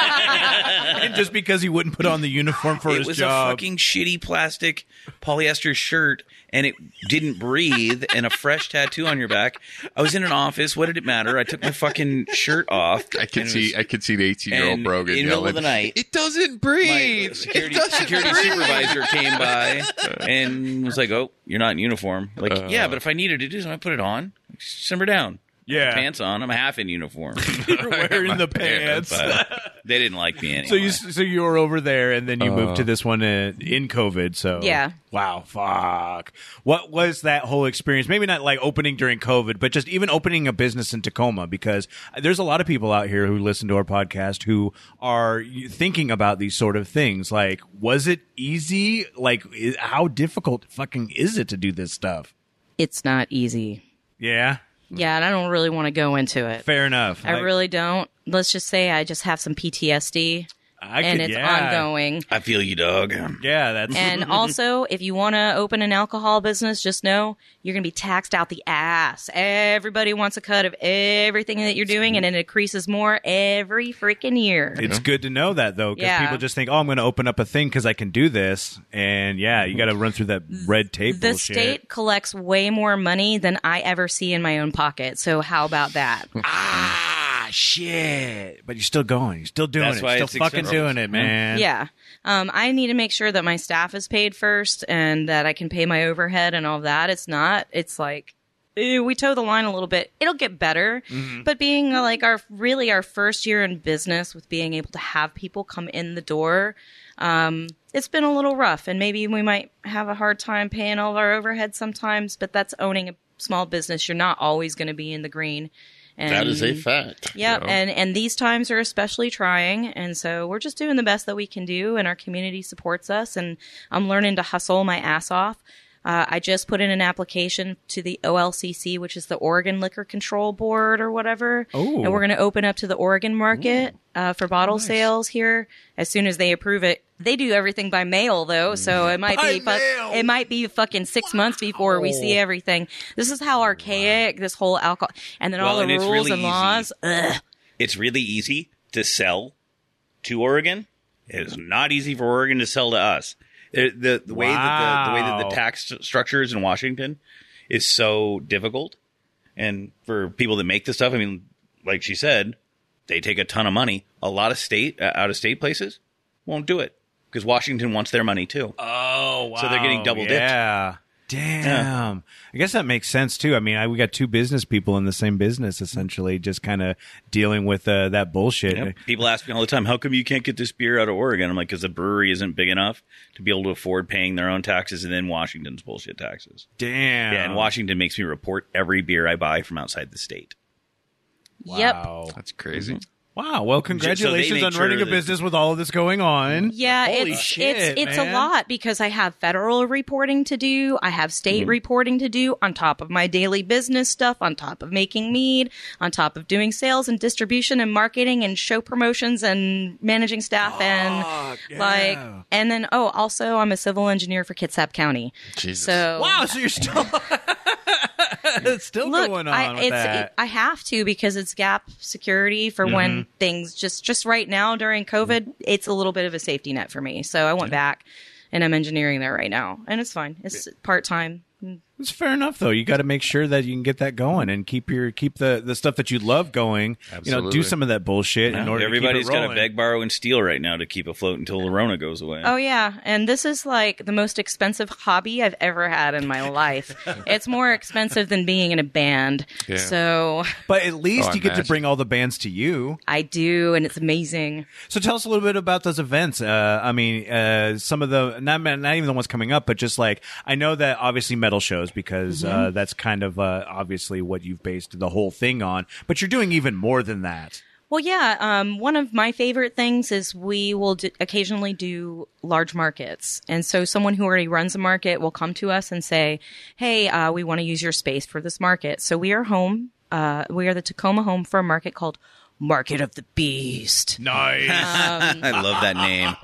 S3: and just because he wouldn't put on the uniform for
S1: it
S3: his
S1: was
S3: job
S1: a fucking shitty plastic polyester shirt and it didn't breathe and a fresh tattoo on your back i was in an office what did it matter i took my fucking shirt off
S2: I can
S1: and it
S2: see.
S1: was-
S2: I can see the eighteen-year-old
S1: and
S2: Brogan
S1: in the middle
S2: yelling.
S1: of the night-
S2: it doesn't
S1: my uh,
S2: breathe.
S1: security,
S2: it doesn't
S1: security
S2: breathe.
S1: supervisor came by and was like oh you're not in uniform like
S3: Uh.
S1: yeah but if i needed to do something i put it on simmer down
S3: yeah
S1: pants on i'm half in uniform
S3: you're wearing the
S2: pants.
S3: pants.
S1: but they didn't like me anyway
S3: So you so you were over there, and then you moved to this one uh, in COVID. So
S4: Uh-huh. Yeah.
S3: wow, fuck. What was that whole experience? Maybe not like opening during COVID, but just even opening a business in Tacoma, because there's a lot of people out here who listen to our podcast who are thinking about these sort of things. Like, was it easy? Like, i- how difficult fucking is it to do this stuff?
S4: It's not easy.
S3: Yeah,
S4: Yeah, and I don't really want to go into it.
S3: fair enough.
S4: I
S3: Like,
S4: really don't. Let's just say I just have some PTSD,
S3: I
S4: and
S3: could-
S4: it's
S3: yeah.
S4: ongoing.
S1: i feel you dog
S3: Yeah, that's
S4: And also, if you want to open an alcohol business, just know you're going to be taxed out the ass. Everybody wants a cut of everything that you're doing, and it increases more every freaking year.
S3: It's good to know that though, because
S4: Yeah.
S3: people just think, "Oh, I'm going to open up a thing because I can do this," and yeah, you got to run through that red tape.
S4: the
S3: bullshit.
S4: state collects way more money than I ever see in my own pocket. So how about that?
S3: ah, shit! But you're still going, you're still doing
S1: That's
S3: it,
S1: why
S3: still
S1: it's
S3: fucking
S1: acceptable. Mm-hmm.
S3: doing it, man.
S4: yeah. Um, I need to make sure that my staff is paid first and that I can pay my overhead and all of that. It's not. It's like eh, we toe the line a little bit. It'll get better,
S7: Mm-hmm.
S4: but being uh, like our really our first year in business with being able to have people come in the door. Um, it's been a little rough, and maybe we might have a hard time paying all of our overhead sometimes. But that's owning a small business. You're not always going to be in the green. And
S7: That is a fact.
S4: Yep, and and these times are especially trying, and so we're just doing the best that we can do, and our community supports us, and I'm learning to hustle my ass off. Uh, I just put in an application to the OLCC, which is the Oregon Liquor Control Board or whatever,
S3: Oh.
S4: and we're going to open up to the Oregon market uh, for bottle sales here as soon as they approve it. They do everything by mail though, so it might be fuck- it might be fucking six months before we see everything. This is how archaic this whole alcohol and then
S1: Well,
S4: all the
S1: and it's
S4: rules
S1: really
S4: and
S1: easy.
S4: laws. Ugh.
S1: it's really easy to sell to Oregon. It is not easy for Oregon to sell to us. The, the, the way that the, the way that
S3: Wow.
S1: the tax st- structure is in Washington is so difficult, and for people that make this stuff, I mean, like she said, they take a ton of money. A lot of state uh, out of state places won't do it because Washington wants their money too.
S3: Oh, wow.
S1: So they're getting double dipped.
S3: Yeah. Damn. I guess that makes sense too. I mean, I, we got two business people in the same business, essentially, just kind of dealing with uh, that bullshit.
S1: Yep. People ask me all the time, how come you can't get this beer out of Oregon? I'm like, because the brewery isn't big enough to be able to afford paying their own taxes and then Washington's bullshit taxes.
S3: Damn.
S1: Yeah, and Washington makes me report every beer I buy from outside the state.
S4: Yep.
S3: Wow.
S2: That's crazy.
S3: Wow. Well, congratulations
S1: make
S3: on running
S1: sure
S3: a
S1: that-
S3: business with all of this going on.
S4: Yeah,
S3: Holy
S4: it's
S3: shit,
S4: it's it's
S3: man.
S4: a lot because I have federal reporting to do, I have state reporting to do on top of my daily business stuff, on top of making mead, on top of doing sales and distribution and marketing and show promotions and managing staff and like and then oh, also I'm a civil engineer for Kitsap County.
S2: Jesus.
S4: So
S3: Wow. So you're still. it's still
S4: Look,
S3: going on
S4: I,
S3: with
S4: it's,
S3: that. Mm-hmm.
S4: I have to because it's gap security for when things just just right now during COVID, it's a little bit of a safety net for me. So I went back, and I'm engineering there right now, and it's fine. It's part time.
S3: It's fair enough though. You got to make sure that you can get that going and keep your keep the the stuff that you love going. You know, do
S2: Absolutely.
S3: some of that bullshit in order.
S1: Everybody's
S3: to keep it
S1: got to
S3: rolling.
S1: beg, borrow, and steal right now to keep afloat until the Rona goes away.
S4: Oh yeah, and this is like the most expensive hobby I've ever had in my life. it's more expensive than being in a band.
S2: Yeah.
S4: So
S3: But at least
S2: Oh, I
S3: you get to
S2: imagine.
S3: bring all the bands to you.
S4: I do, and it's amazing.
S3: So tell us a little bit about those events. Uh, I mean, uh, some of the not not even the ones coming up, but just like I know that obviously metal shows because
S4: Mm-hmm.
S3: uh, that's kind of uh, obviously what you've based the whole thing on. But you're doing even more than that.
S4: Well, yeah. Um, one of my favorite things is we will d- occasionally do large markets. And so someone who already runs a market will come to us and say, Hey, uh, we want to use your space for this market. So we are home. Uh, we are the Tacoma home for a market called Market of the Beast.
S3: Nice.
S1: I love that name.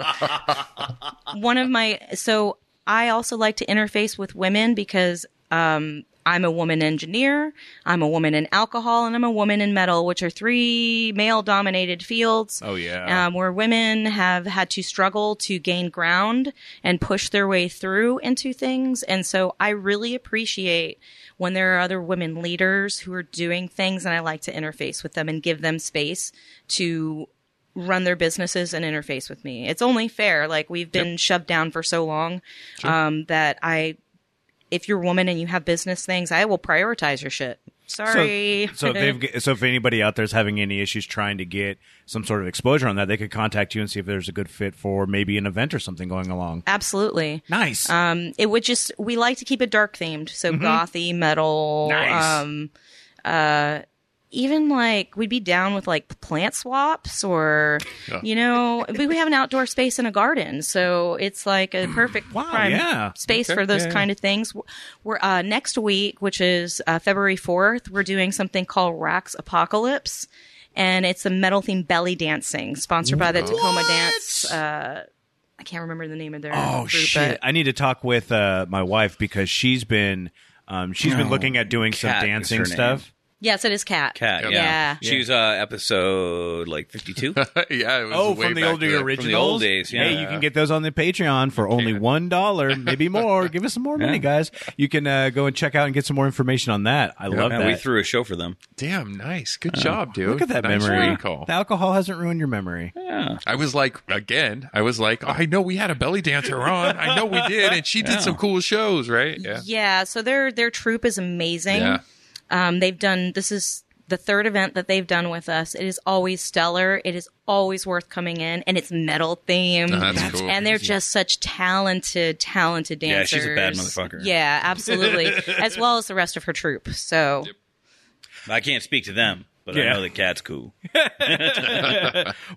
S4: One of my, so I also like to interface with women because, um, I'm a woman engineer, I'm a woman in alcohol, and I'm a woman in metal, which are three male dominated fields
S2: Oh yeah.
S4: um, where women have had to struggle to gain ground and push their way through into things. And so I really appreciate when there are other women leaders who are doing things, and I like to interface with them and give them space to run their businesses and interface with me. It's only fair. Like we've been shoved down for so long um, that I. If you're a woman and you have business things, I will prioritize your shit. Sorry.
S3: So, so if they've g- so if anybody out there's having any issues trying to get some sort of exposure on that, they could contact you and see if there's a good fit for maybe an event or something going along.
S4: Absolutely.
S3: Nice.
S4: Um, it would just we like to keep it dark themed, so gothy, metal.
S3: Mm-hmm. Nice.
S4: Um, uh, even like we'd be down with like plant swaps, or you know, we, we have an outdoor space in a garden, so it's like a perfect
S3: Mm. Wow,
S4: prime
S3: yeah.
S4: space
S2: Okay,
S4: for those
S2: yeah,
S4: kind of things. We're uh, next week, which is uh, February fourth, we're doing something called Racks Apocalypse. And it's a metal themed belly dancing sponsored by the Tacoma Dance. Uh, I can't remember the name of their
S3: oh
S4: group,
S3: shit!
S4: but-
S3: I need to talk with uh, my wife because she's been um, she's been
S1: No.
S3: looking at doing some
S1: Kat Oh, is
S3: dancing
S1: her name.
S3: stuff.
S4: Yes, it is cat.
S1: Cat, yeah.
S2: Yep.
S4: Yeah.
S1: She was uh, episode like 52.
S2: yeah. It was
S3: Oh,
S2: way
S3: from the
S2: back
S3: older
S2: there.
S3: originals,
S1: From the old days,
S3: Hey,
S1: yeah.
S3: you can get those on the Patreon for only one dollar, maybe more. Give us some more money,
S1: Yeah.
S3: guys. You can uh, go and check out and get some more information on that. I love
S1: Yeah,
S3: that.
S1: we threw a show for them.
S2: Damn, nice.
S4: Uh,
S2: Good job, dude.
S3: Look at that
S2: nice
S3: memory.
S2: Recall.
S3: The alcohol hasn't ruined your memory.
S1: Yeah.
S2: I was like, again, I was like, "Oh, I know we had a belly dancer on. I know we did, and she did some cool shows, right?
S4: Yeah.
S2: Yeah.
S4: so their their troupe is amazing.
S2: Yeah.
S4: Um they've done this is the third event that they've done with us. It is always stellar. It is always worth coming in and it's metal themed.
S2: Oh, that's That's cool.
S4: And they're just such talented talented
S1: Yeah,
S4: dancers.
S1: she's a bad motherfucker.
S4: Yeah, absolutely. as well as the rest of her troupe. So
S1: I can't speak to them, but
S3: Yeah.
S1: I know the cat's cool.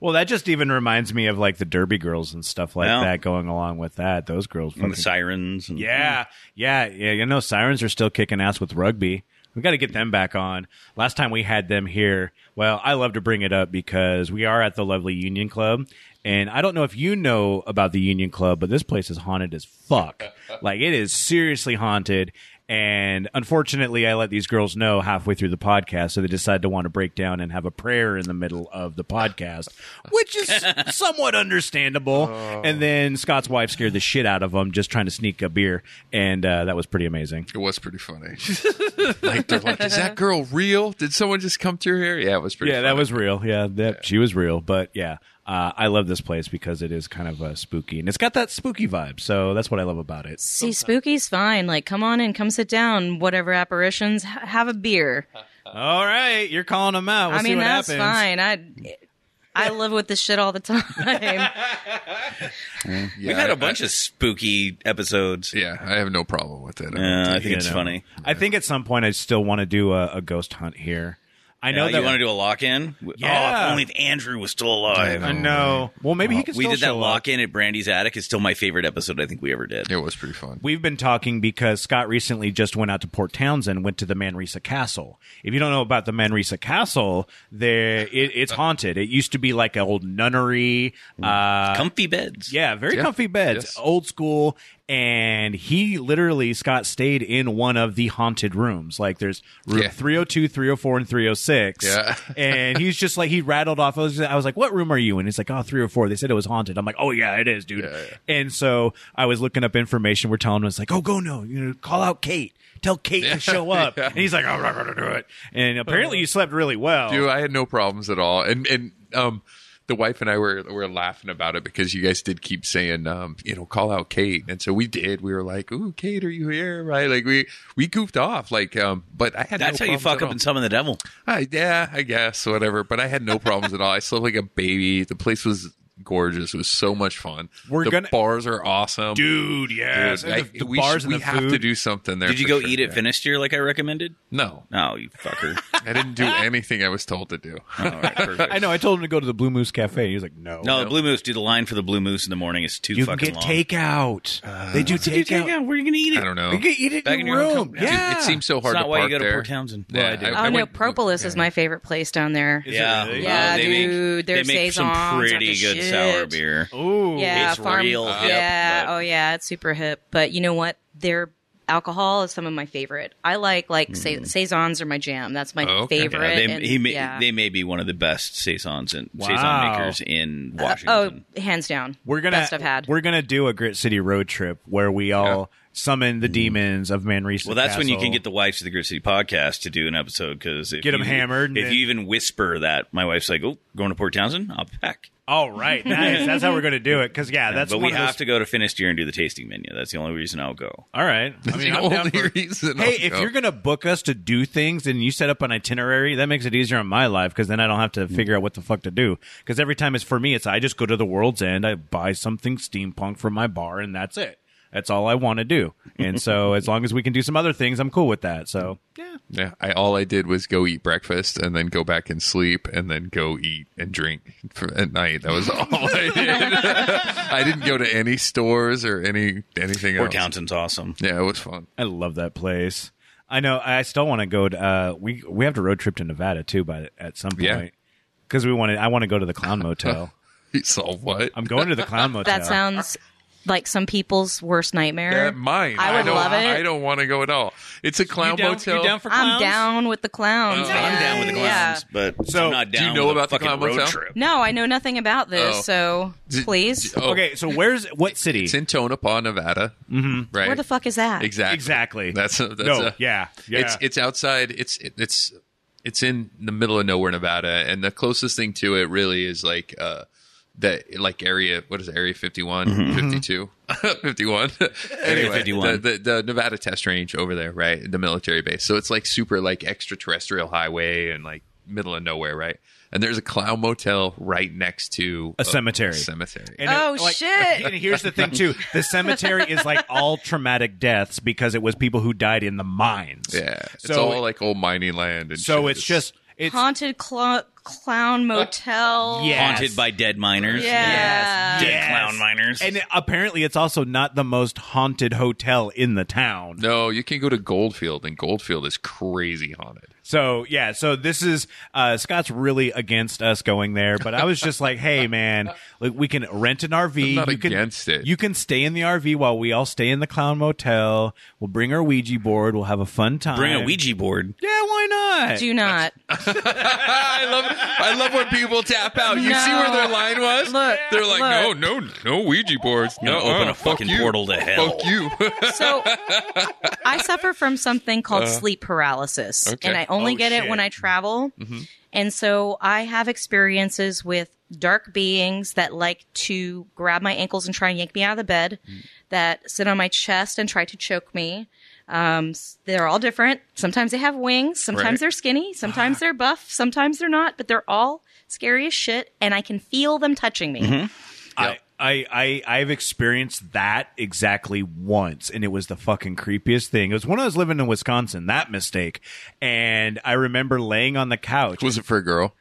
S3: Well, that just even reminds me of like the Derby girls and stuff like
S1: Yeah.
S3: that going along with that. Those girls,
S1: And the
S3: fucking-
S1: sirens. And,
S3: yeah, yeah, yeah. You know, sirens are still kicking ass with rugby. We got to get them back on. Last time we had them here, well, I love to bring it up because we are at the lovely Union Club, and I don't know if you know about the Union Club, but this place is haunted as fuck. like it is seriously haunted. And unfortunately, I let these girls know halfway through the podcast, so they decide to want to break down and have a prayer in the middle of the podcast, which is somewhat understandable.
S2: Oh.
S3: And then Scott's wife scared the shit out of them just trying to sneak a beer, and uh, that was pretty amazing.
S2: It was pretty funny. like, they're like, is that girl real? Did someone just come through here? Yeah, it was pretty.
S3: Yeah, that
S2: funny.
S3: was real. Yeah, that she was real, but yeah. Uh, I love this place because it is kind of uh, spooky and it's got that spooky vibe. So that's what I love about it.
S4: See, spooky's fine. Like, come on in, come sit down. Whatever apparitions, ha- have a beer.
S3: All right, you're calling them out. We'll
S4: I
S3: see
S4: mean,
S3: what
S4: that's
S3: happens.
S4: fine. I I live with this shit all the time.
S2: Yeah,
S1: We've had
S2: I-
S1: a bunch of spooky episodes.
S2: I- yeah, I have no problem with it.
S1: Uh, I think
S3: You
S1: it's
S3: know.
S1: funny.
S3: I think at some point I still want to do a, a ghost hunt here. I know
S1: Uh,
S3: that
S1: you want to do a lock in? Oh,
S3: Yeah.
S1: if only if Andrew was still alive.
S3: I know. Well, maybe he can.
S1: Uh, we
S3: still
S1: did that
S3: show up.
S1: lock in at Brandy's attic. It's still my favorite episode I think we ever did.
S2: it was pretty fun.
S3: We've been talking because Scott recently just went out to Port Townsend, went to the Manresa Castle. If you don't know about the Manresa Castle, there it, it's haunted. It used to be like an old nunnery.
S1: Mm.
S3: Uh,
S1: Comfy beds.
S3: yeah, very
S2: Yeah.
S3: comfy beds,
S2: Yes.
S3: old school. And he literally, Scott, stayed in one of the haunted rooms. Like there's room
S2: Yeah.
S3: 302, 304, and 306.
S2: Yeah.
S3: and he's just like, he rattled off. I was, I was like, what room are you in? He's like, oh, 304. They said it was haunted. I'm like, oh, yeah, it is, dude.
S2: Yeah,
S3: And so I was looking up information. We're telling him, it's like, oh, go no. You know, call out Kate. Tell Kate to show up. And he's like, oh, I'm not going to do it. And
S2: Uh,
S3: apparently you slept really well.
S2: Dude, I had no problems at all, and and um, the wife and I were were laughing about it because you guys did keep saying um, you know, call out Kate, and so we did. We were like, "Ooh, Kate, are you here?" Right? Like we we goofed off, like um, but I had
S1: That's
S2: no
S1: how you
S2: problems
S1: fuck
S2: at
S1: up
S2: all.
S1: and summon the devil.
S2: I, yeah, I guess whatever. But I had no problems at all. I slept like a baby. The place was gorgeous. It was so much fun.
S3: We're
S2: the
S3: gonna-
S2: bars are awesome,
S3: Dude, yes.
S2: Dude, I-
S3: And the, the
S2: we
S3: bars
S2: should-
S3: and
S2: we
S3: the
S2: have
S3: food.
S2: to do something there.
S1: Did you
S2: for
S1: go
S2: sure.
S1: eat at
S2: Yeah.
S1: Finisterre like I recommended?
S2: No,
S1: No, you fucker.
S2: I didn't do anything I was told to do.
S1: All right, perfect.
S3: I know. I told him to go to the Blue Moose Cafe. He was like, no.
S1: No, the Blue Moose. Do the line for the Blue Moose in the morning is too
S3: You can
S1: fucking
S3: get
S1: long.
S3: takeout. they do
S1: What do you
S3: takeout.
S1: take out? Where are you gonna eat it?
S2: I don't know.
S3: You can eat it
S1: Back
S3: in
S1: in
S3: your
S1: your own
S3: room.
S1: company.
S3: Yeah.
S2: Dude, it seems
S1: Ah.
S2: so
S1: It's
S2: hard
S1: not
S2: to
S1: why you
S2: park
S1: go to
S2: there.
S1: Port Townsend.
S2: Yeah, I
S1: Well, I
S2: do.
S1: do.
S4: oh no,
S2: went-
S4: Propolis is my favorite place down there.
S3: Is it
S1: yeah, Oh,
S3: really?
S4: Yeah,
S1: they make-
S4: dude,
S1: They
S4: their
S1: make some
S4: saisons are
S1: pretty
S4: the
S1: good
S4: shit.
S1: sour beer.
S3: Ooh.
S4: yeah,
S1: It's real hip,
S4: yeah,
S1: but-
S4: oh yeah, it's super hip. But you know what? Their alcohol is some of my favorite. I like like sa- saisons are my jam. That's my
S2: Oh, okay. Yeah,
S1: Yeah,
S4: favorite.
S1: Hmm. they,
S4: and-
S1: he may,
S4: yeah.
S1: they may be one of the best saisons and
S3: Wow.
S1: saison makers in
S4: Uh,
S1: Washington.
S4: oh, hands down.
S3: We're gonna
S4: best I've had.
S3: We're gonna do a Grit City road trip where we all summon the demons of Manresa.
S1: Mm. well, that's when you
S3: Castle.
S1: can get the wives of the Grit City podcast to do an episode because
S3: Get 'em hammered and
S1: If
S3: then-
S1: you even whisper that, my wife's like, "Oh, going to Port Townsend? I'll pack."
S3: All right, nice. that's how we're gonna do it. Because yeah, that's
S1: but
S3: one
S1: we
S3: of those-
S1: have to go to Finisterre and do the tasting menu. That's the only reason I'll go.
S3: All right. I mean,
S2: the
S3: I'm down
S2: only
S3: for-
S2: reason.
S3: Hey,
S2: I'll
S3: if
S2: go.
S3: you're gonna book us to do things and you set up an itinerary, that makes it easier on my life because then I don't have to figure out what the fuck to do. Because every time it's for me, it's I just go to the world's end, I buy something steampunk from my bar, and that's it. That's all I want to do. And so, as long as we can do some other things, I'm cool with that. So, yeah.
S2: Yeah, I all I did was go eat breakfast and then go back and sleep and then go eat and drink for, at night. That was all I did. I didn't go to any stores or any anything
S1: Port
S2: else.
S1: Townsend's awesome.
S2: Yeah, it was fun.
S3: I love that place. I know. I still want to go. To, uh, we we have to road trip to Nevada too, but at some
S2: Yeah.
S3: point because we want to. I want to go to the Clown Motel.
S2: You saw what?
S3: I'm going to the Clown Motel.
S4: that sounds like some people's worst nightmare.
S2: Yeah, mine.
S4: I would
S2: don't,
S4: love it.
S2: I don't want to go at all. It's a clown motel.
S3: for
S4: I'm down with the clowns.
S1: Oh, I'm
S4: man.
S1: down with the
S4: Yeah.
S1: clowns, but
S3: So,
S1: I'm not
S2: Oh, do you
S1: down
S2: know
S1: with a
S2: about the
S1: fucking
S2: clown
S1: road
S2: motel?
S1: trip.
S4: No, I know nothing about this,
S2: Oh.
S4: so
S2: D-
S4: please.
S2: d- oh,
S3: Okay, so where's what city?
S2: It's in Tonopah, Nevada. Mm-hmm. Right.
S4: Where the fuck is that?
S2: Exactly.
S3: Exactly.
S2: That's a, that's
S3: no,
S2: a,
S3: yeah, yeah.
S2: It's it's outside. It's it's it's in the middle of nowhere, Nevada, and the closest thing to it really is like uh that like area. What is it, area 51,
S3: Mm-hmm.
S2: 52, 51? anyway,
S1: 51.
S2: The, the the Nevada test range over there, right? The military base. So it's like super like extraterrestrial highway and like middle of nowhere, right? And there's a clown motel right next to
S3: A cemetery.
S2: Cemetery.
S3: And
S4: Oh,
S3: like-
S4: shit.
S3: And here's the thing too: the cemetery is like all traumatic deaths because it was people who died in the mines.
S2: yeah, it's
S3: So-
S2: all like old mining land, and
S3: So
S2: shit.
S3: it's just it's
S4: Haunted clo- clown motel.
S3: Yeah. Yes.
S1: Haunted by dead miners.
S4: Yeah.
S1: Dead clown miners.
S3: And apparently, it's also not the most haunted hotel in the town.
S2: no. You can go to Goldfield, and Goldfield is crazy haunted.
S3: So yeah, so this is uh, Scott's really against us going there, but I was just like, hey man, like we can rent an RV.
S2: I'm not
S3: you can,
S2: against it.
S3: You can stay in the RV while we all stay in the clown motel. We'll bring our Ouija board. We'll have a fun time.
S1: Bring a Ouija board.
S3: Yeah, why not?
S4: Do not.
S2: I love I love when people tap out. You see where their
S4: No.
S2: line was?
S4: Look,
S2: They're like,
S4: look.
S2: no, no, no Ouija boards. No,
S1: Gonna open
S2: uh,
S1: a fucking
S2: fuck you.
S1: portal to hell.
S2: Fuck you.
S4: So I suffer from something called sleep paralysis,
S2: Uh-huh. okay. Mm-hmm.
S4: and I only
S3: Oh,
S4: get it when
S3: shit.
S4: I travel. And so I have experiences with dark beings that like to grab my ankles and try and yank me out of the bed,
S2: Mm.
S4: that sit on my chest and try to choke me. Um, s- they're all different. Sometimes they have wings. Sometimes
S2: Right. Ah.
S4: they're skinny. Sometimes they're buff. Sometimes they're not. But they're all scary as shit, and I can feel them touching me.
S2: Mm-hmm.
S3: I, I, I, I've experienced that exactly once, and it was the fucking creepiest thing. It was when I was living in Wisconsin, that mistake. And I remember laying on the couch.
S2: Was it for a girl?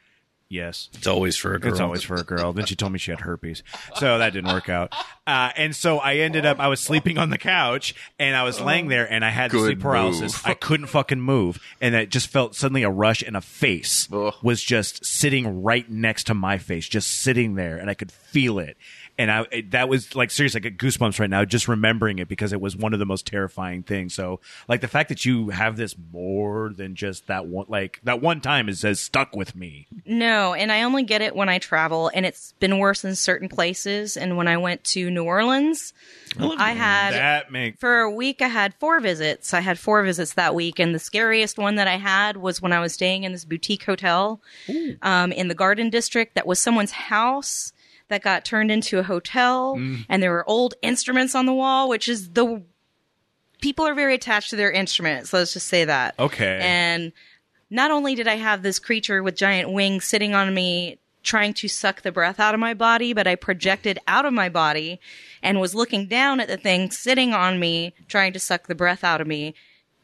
S3: yes.
S1: It's always for a girl.
S3: It's always for a girl. Then she told me she had herpes, so that didn't work out. Uh, and so I ended up I was sleeping on the couch and I was laying there and I had
S2: Good
S3: sleep paralysis.
S2: move.
S3: I couldn't fucking move, and I just felt suddenly a rush and a face
S2: Ugh.
S3: was just sitting right next to my face, just sitting there, and I could feel it. And I it- that was like seriously, I get goosebumps right now just remembering it because it was one of the most terrifying things. So like the fact that you have this more than just that one like that one time is has stuck with me.
S4: No, and I only get it when I travel, and it's been worse in certain places. And when I went to New Orleans, I had
S3: That makes
S4: for a week I had four visits. I had four visits that week, and the scariest one that I had was when I was staying in this boutique hotel um, in the Garden District that was someone's house that got turned into a hotel, and there were old instruments on the wall, which is the people are very attached to their instruments. Let's just say that.
S3: Okay.
S4: And not only did I have this creature with giant wings sitting on me, trying to suck the breath out of my body, but I projected out of my body and was looking down at the thing sitting on me, trying to suck the breath out of me.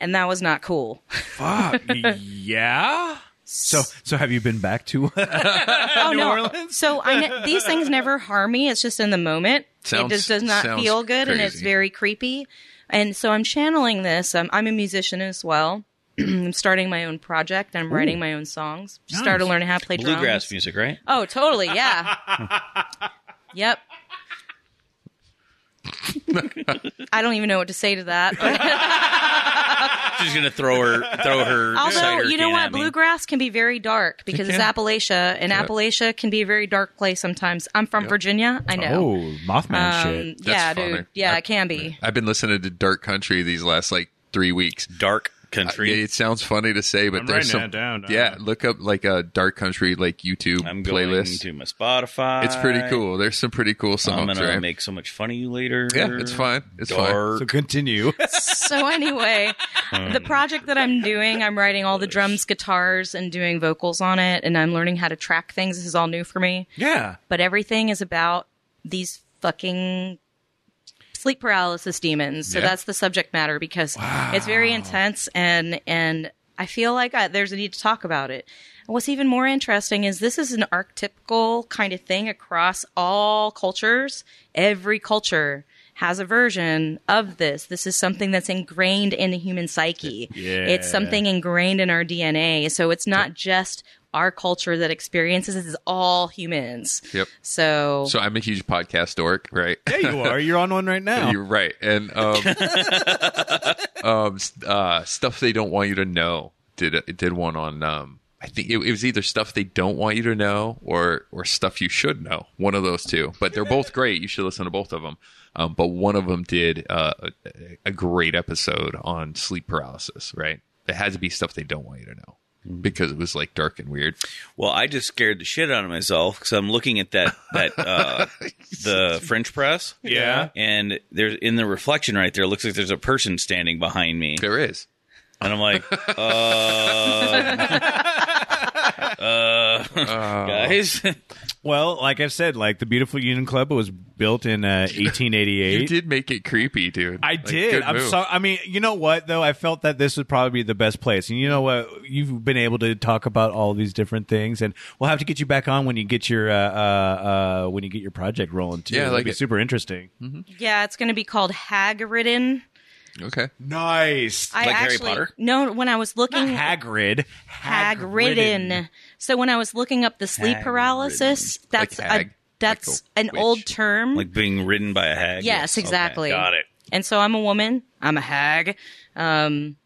S4: And that was not cool.
S3: Fuck. yeah. So so have you been back to uh,
S4: oh,
S3: New
S4: no.
S3: Orleans?
S4: So I ne- these things never harm me. It's just in the moment.
S2: Sounds-
S4: it just does not
S2: sounds
S4: feel good and it's
S2: crazy.
S4: very creepy. And so I'm channeling this. Um, I'm a musician as well. I'm starting my own project. I'm writing my own songs. Just Started learning how to play drums.
S1: Bluegrass music, right?
S4: Oh, totally. Yeah. yep. I don't even know what to say to that. But
S1: She's gonna throw her, throw her.
S4: although
S1: cider
S4: you know
S1: cane
S4: what,
S1: at me.
S4: bluegrass can be very dark because it's Appalachia, and Appalachia can be a very dark place sometimes. I'm from Virginia. I know.
S3: Oh, Mothman
S4: um,
S3: shit.
S4: yeah,
S2: That's funny.
S4: dude. Yeah,
S2: I-
S4: it can be.
S2: I've been listening to Dark Country these last like three weeks.
S1: dark
S2: I-
S1: country.
S2: It sounds funny to say, but
S3: I'm
S2: there's
S3: writing
S2: some.
S3: that down.
S2: Yeah, look up like a dark country like YouTube
S1: Um, I'm going
S2: playlist.
S1: to my Spotify.
S2: it's pretty cool. There's some pretty cool
S1: I'm
S2: songs,
S1: gonna
S2: right?
S1: make so much fun of you later.
S2: Yeah, it's fine. It's fine.
S1: dark.
S3: So continue.
S4: so anyway, the project that I'm doing, I'm writing all the drums, guitars, and doing vocals on it, and I'm learning how to track things. This is all new for me.
S3: yeah.
S4: but everything is about these fucking sleep paralysis demons. So
S2: Yeah.
S4: that's the subject matter because it's very intense and and I feel like I, there's a need to talk about it. And what's even more interesting is this is an archetypical kind of thing across all cultures. Every culture has a version of this. This is something that's ingrained in the human psyche. It's something ingrained in our DNA. So it's not just our culture that experiences this, it's all humans.
S2: Yep.
S4: So,
S2: So I'm a huge podcast dork, right?
S3: Yeah, you are. You're on one right now.
S2: You're right. And um, um, s- uh, stuff they don't want you to know. Did it did one on? Um, I think it, it was either stuff they don't want you to know or or stuff you should know. One of those two. But they're both great. You should listen to both of them. Um, but one of them did uh, a, a great episode on sleep paralysis. Right. It had to be stuff they don't want you to know
S3: Mm-hmm.
S2: because it was like dark and weird.
S1: Well, I just scared the shit out of myself because I'm looking at that that uh, the French press.
S3: Yeah.
S1: and there's in the reflection right there. it Looks like there's a person standing behind me,
S2: There is.
S1: and I'm like, uh, uh,
S2: Oh.
S1: guys,
S3: Well, like I've said, like the beautiful Union Club was built in uh, 1888.
S2: You did make it creepy, dude.
S3: I
S2: Like,
S3: did.
S2: good
S3: I'm
S2: move.
S3: sorry. I mean, you know what though? I felt that this would probably be the best place. And you know what? You've been able to talk about all these different things, and we'll have to get you back on when you get your uh, uh, uh, when you get your project rolling too.
S2: Yeah, I
S3: That'd
S2: like
S3: be
S2: it.
S3: super interesting.
S4: yeah, it's going to be called hag ridden.
S2: Okay.
S3: Nice.
S4: I
S1: Like Harry
S4: actually
S1: Potter?
S4: no. When I was looking
S3: Hagrid.
S4: hag ridden, so when I was looking up the sleep
S1: Hag-ridden.
S4: paralysis, that's
S2: Like hag,
S4: a, that's
S2: like a
S4: an
S2: witch.
S4: old term.
S1: like being ridden by a hag.
S4: yes,
S1: Okay,
S4: exactly.
S1: got it.
S4: And so I'm a woman. I'm a hag. Um,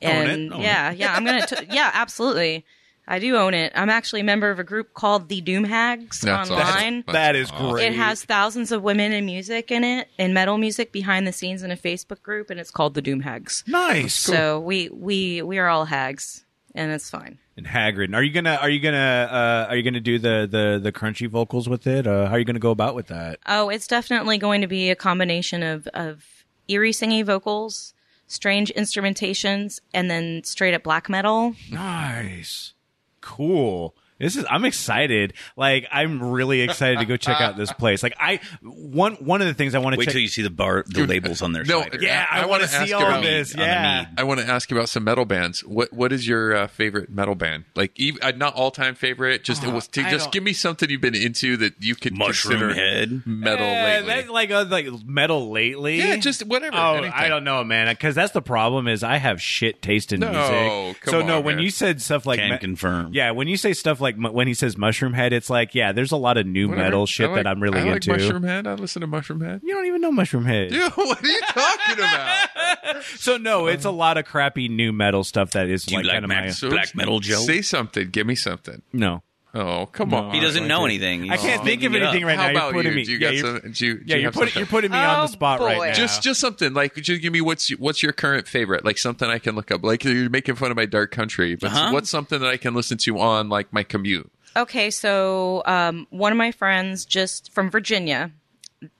S3: Own
S4: and
S3: it, own
S4: yeah, yeah, I'm gonna. T- yeah, absolutely. I do own it. I'm actually a member of a group called the Doom Hags
S2: That's awesome.
S4: online.
S3: That is
S2: Awesome.
S3: great.
S4: It has thousands of women in music in it, in metal music behind the scenes in a Facebook group, and it's called the Doom Hags.
S3: Nice.
S4: So we we we are all hags, and it's fine.
S3: and Hagrid. Are you gonna are you gonna uh, are you gonna do the the the crunchy vocals with it? Uh, how are you gonna go about with that?
S4: Oh, it's definitely going to be a combination of, of eerie singing vocals, strange instrumentations, and then straight up black metal.
S3: Nice, cool. This is I'm excited. Like I'm really excited to go check out this place. Like I one one of the things I want to
S1: Wait
S3: check.
S1: till you see the bar, the labels on their
S2: no,
S1: cider.
S3: yeah, I,
S2: I
S3: want
S2: wanna
S3: to see
S2: ask
S3: all
S2: you
S3: of
S2: about-
S3: this.
S1: On the
S3: Yeah.
S1: mead.
S2: I want to ask you about some metal bands. What What is your uh, favorite metal band? Like, ev- uh, not all time favorite. Just it was, to,
S3: Uh, I
S2: just
S3: don't-
S2: give me something you've been into that you could
S1: Mushroom
S2: consider
S1: Head.
S2: metal
S3: Yeah,
S2: lately.
S3: that- like uh, like metal lately.
S2: yeah, just whatever.
S3: Oh,
S2: anything.
S3: I don't know, man. Because that's the problem is I have shit taste in
S2: No,
S3: music.
S2: come
S3: so no,
S2: on,
S3: when
S2: man.
S3: you said stuff like
S1: Can
S3: me-
S1: confirm.
S3: yeah, when you say stuff like mu- when he says mushroom head, it's like yeah, there's a lot of new
S2: Whatever.
S3: metal shit
S2: I like-
S3: that I'm really
S2: I like
S3: into.
S2: Mushroom Head. I listen to Mushroom Head.
S3: You don't even know mushroom head.
S2: Dude, what are you talking about?
S3: So
S2: Uh-huh.
S3: no, it's a lot of crappy new metal stuff that is
S1: Do you
S3: like,
S1: like
S3: kind of
S1: Max
S3: my
S1: So- Black metal Joe?
S2: Say something. Give me something.
S3: no.
S2: Oh, come on.
S1: He doesn't know anything. He's
S3: I can't
S1: just
S3: think of
S1: making it up.
S3: anything right
S2: Oh, How
S3: now.
S2: about
S3: you're putting
S2: you?
S3: me.
S2: Do you
S3: yeah,
S2: got
S3: you're,
S2: some- do you- do
S3: yeah,
S2: you
S3: you're
S2: have
S3: putting
S2: something?
S3: you're putting me on
S4: Oh,
S3: the spot right
S4: boy.
S3: now.
S2: Just just something like just give me what's what's your current favorite like something I can look up like you're making fun of my dark country but
S1: Uh-huh.
S2: what's something that I can listen to on like my commute
S4: Okay, so um, one of my friends just from Virginia,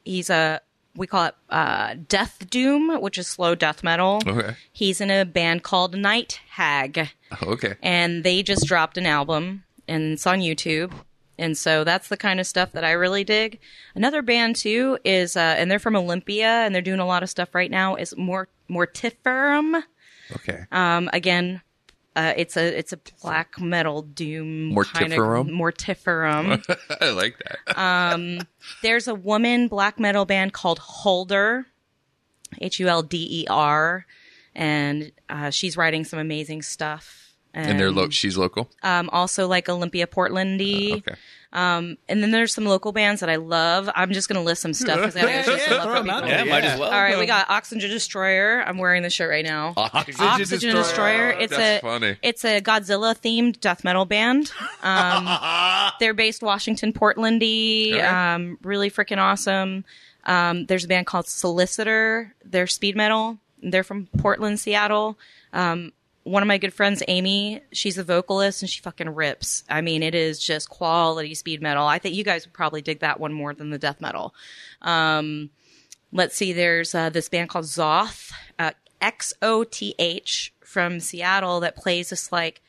S4: he's a we call it uh, death doom, which is slow death metal.
S2: Okay.
S4: He's in a band called Night Hag,
S2: Oh, okay
S4: and they just dropped an album, and it's on YouTube. And so that's the kind of stuff that I really dig. Another band too is, uh, and they're from Olympia, and they're doing a lot of stuff right now. Is Mort- Mortiferum.
S2: okay
S4: Um, again, uh, it's a it's a black metal doom kind of
S2: Mortiferum?
S4: mortiferum.
S2: I like that
S4: There's a woman black metal band called Holder, H U L D E R, and uh, she's writing some amazing stuff.
S2: and they're lo- she's local
S4: um, also like Olympia Portlandy.
S1: Uh,
S4: Um,
S2: okay
S4: And then there's some local bands that I love. I'm just gonna list some stuff because I always just
S3: yeah,
S4: love
S3: throw
S4: for
S3: 'em
S4: people.
S3: out
S1: Yeah, might as well.
S4: All right, we got Oxygen Destroyer. I'm wearing the shirt right now.
S1: Oxygen
S4: Oxygen Destroyer. It's
S2: That's
S4: a
S2: funny.
S4: it's a Godzilla themed death metal band. Um, they're based Washington, Portlandy.
S2: Alright.
S4: Um, really freaking awesome. Um, there's a band called Solicitor. They're speed metal. They're from Portland, Seattle. Um, one of my good friends, Amy, she's a vocalist and she fucking rips. I mean, it is just quality speed metal. I think you guys would probably dig that one more than the death metal. Um, let's see, there's uh, this band called Zoth, uh, X O T H from Seattle that plays this like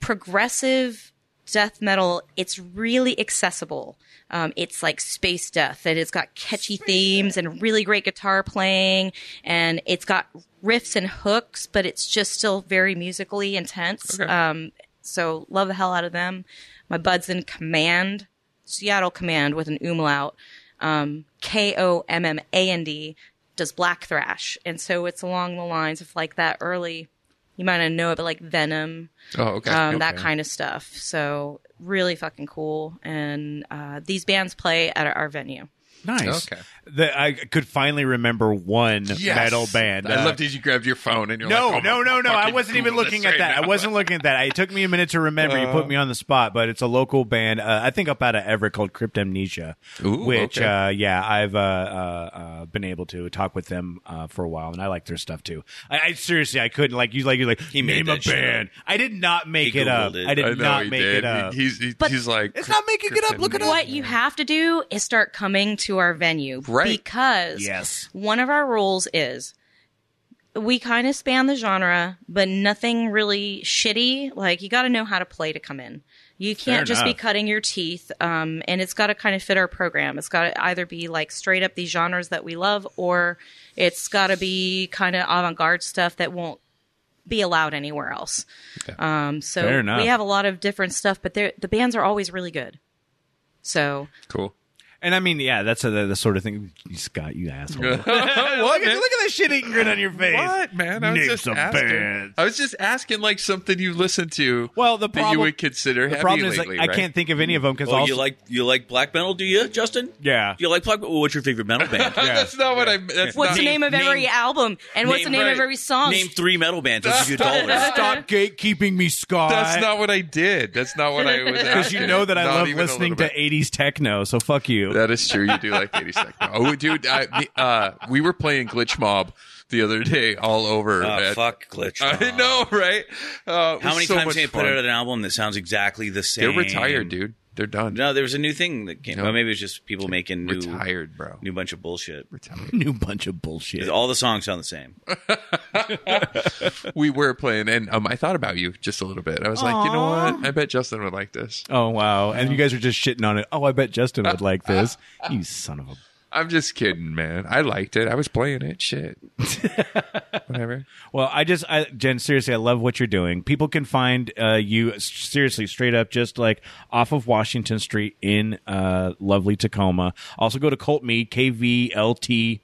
S4: progressive death metal. It's really accessible. Um, it's like space death, and it's got catchy themes and really great guitar playing, and it's got riffs and hooks, but it's just still very musically intense. Um, so love the hell out of them. My bud's in Command, Seattle Command with an umlaut, um, K O M M A N D does black thrash, and so it's along the lines of like that early. You might not know it, but like Venom,
S2: oh okay
S4: um, that
S2: Okay.
S4: kind of stuff. So really fucking cool. And uh, these bands play at our venue.
S3: nice.
S2: Okay.
S3: The, I could finally remember one
S2: Yes.
S3: metal band.
S2: I
S3: Uh,
S2: loved it. You grabbed your phone and you're
S3: No,
S2: like, "Oh,
S3: no, no, no. I wasn't even looking at that. I wasn't looking at that. I- It took me a minute to remember. you
S2: Uh.
S3: put me on the spot, but it's a local band, uh, I think up out of Everett called Crypt Amnesia,
S2: Ooh,
S3: which,
S2: okay.
S3: uh, yeah, I've uh, uh, uh, been able to talk with them uh, for a while, and I like their stuff too. I, I seriously, I couldn't like you. Like you're like
S1: He made
S3: name a
S1: that shit
S3: band. I did not make
S1: He
S3: it up.
S1: Googled it.
S3: I did
S2: I know
S3: not
S2: he
S3: make
S2: did.
S3: it up.
S2: He- he's he-
S4: But-
S2: he's like
S3: It's not making it up. Look it up.
S4: What you have to do is start coming to our venue
S2: Right.
S4: because
S3: Yes.
S4: one of our rules is we kind of span the genre, but nothing really shitty. Like you got to know how to play to come in. You can't just be
S3: enough.
S4: cutting your teeth. Um, and it's got to kind of fit our program. It's got to either be like straight up these genres that we love, or it's got to be kind of avant garde stuff that won't be allowed anywhere else. Um, so
S3: Fair enough.
S4: we have a lot of different stuff, but they're- the bands are always really good. So
S2: cool.
S3: And I mean, yeah, that's a, the, the sort of thing. Scott, you asshole. look, at,
S2: What?
S3: look at that shit eating grin on your face.
S2: What man? I was
S3: Name's
S2: just
S3: a
S2: asking.
S3: band.
S2: I was just asking like something you listen to.
S3: Well, the
S2: that you
S3: problem-
S2: would consider
S3: The
S2: heavy
S3: problem is,
S2: lately,
S3: like, I
S2: right?
S3: can't think of any of them because
S1: Oh,
S3: also
S1: you like you like black metal? Do you, Justin?
S3: Yeah.
S1: Do you like black? What's your favorite metal band?
S2: That's not what I. That's
S4: What's
S2: not,
S4: the name of every
S1: name-
S4: album? And what's the name
S2: right.
S4: of every song?
S1: Name three metal bands. I'll give you a dollar.
S3: Stop gatekeeping me, Scott.
S2: That's not what I did. That's not what I was.
S3: because you know that I
S2: Not
S3: love
S2: even a
S3: listening
S2: little
S3: to
S2: bit.
S3: 80s techno, so fuck you. do.
S2: That is true. You do like 80 seconds. Oh, dude, I, me- uh, we were playing Glitch Mob the other day all over.
S1: Oh,
S2: at-
S1: fuck glitch.
S2: I
S1: Mob.
S2: know, right? Uh,
S1: How
S2: it was
S1: many
S2: so
S1: times
S2: much
S1: can you put
S2: fun.
S1: out an album that sounds exactly the same?
S2: They're retired, dude. They're done.
S1: No, there was a new thing that came.
S2: No.
S1: Well, maybe it was just people making new
S2: retired, bro.
S1: new bunch of bullshit.
S2: Retired.
S3: New bunch of bullshit.
S1: All the songs sound the same.
S2: we were playing, and um, I thought about you just a little bit. I was like, you know what? I bet Justin would like this.
S3: Oh wow! And you guys are just shitting on it. Oh, I bet Justin would like this. You son of a.
S2: I'm just kidding, man. I liked it. I was playing it. Shit. Whatever.
S3: Well, I just, I, Jen, seriously, I love what you're doing. People can find uh, you s- seriously straight up just like off of Washington Street in uh, lovely Tacoma. Also go to coltmead,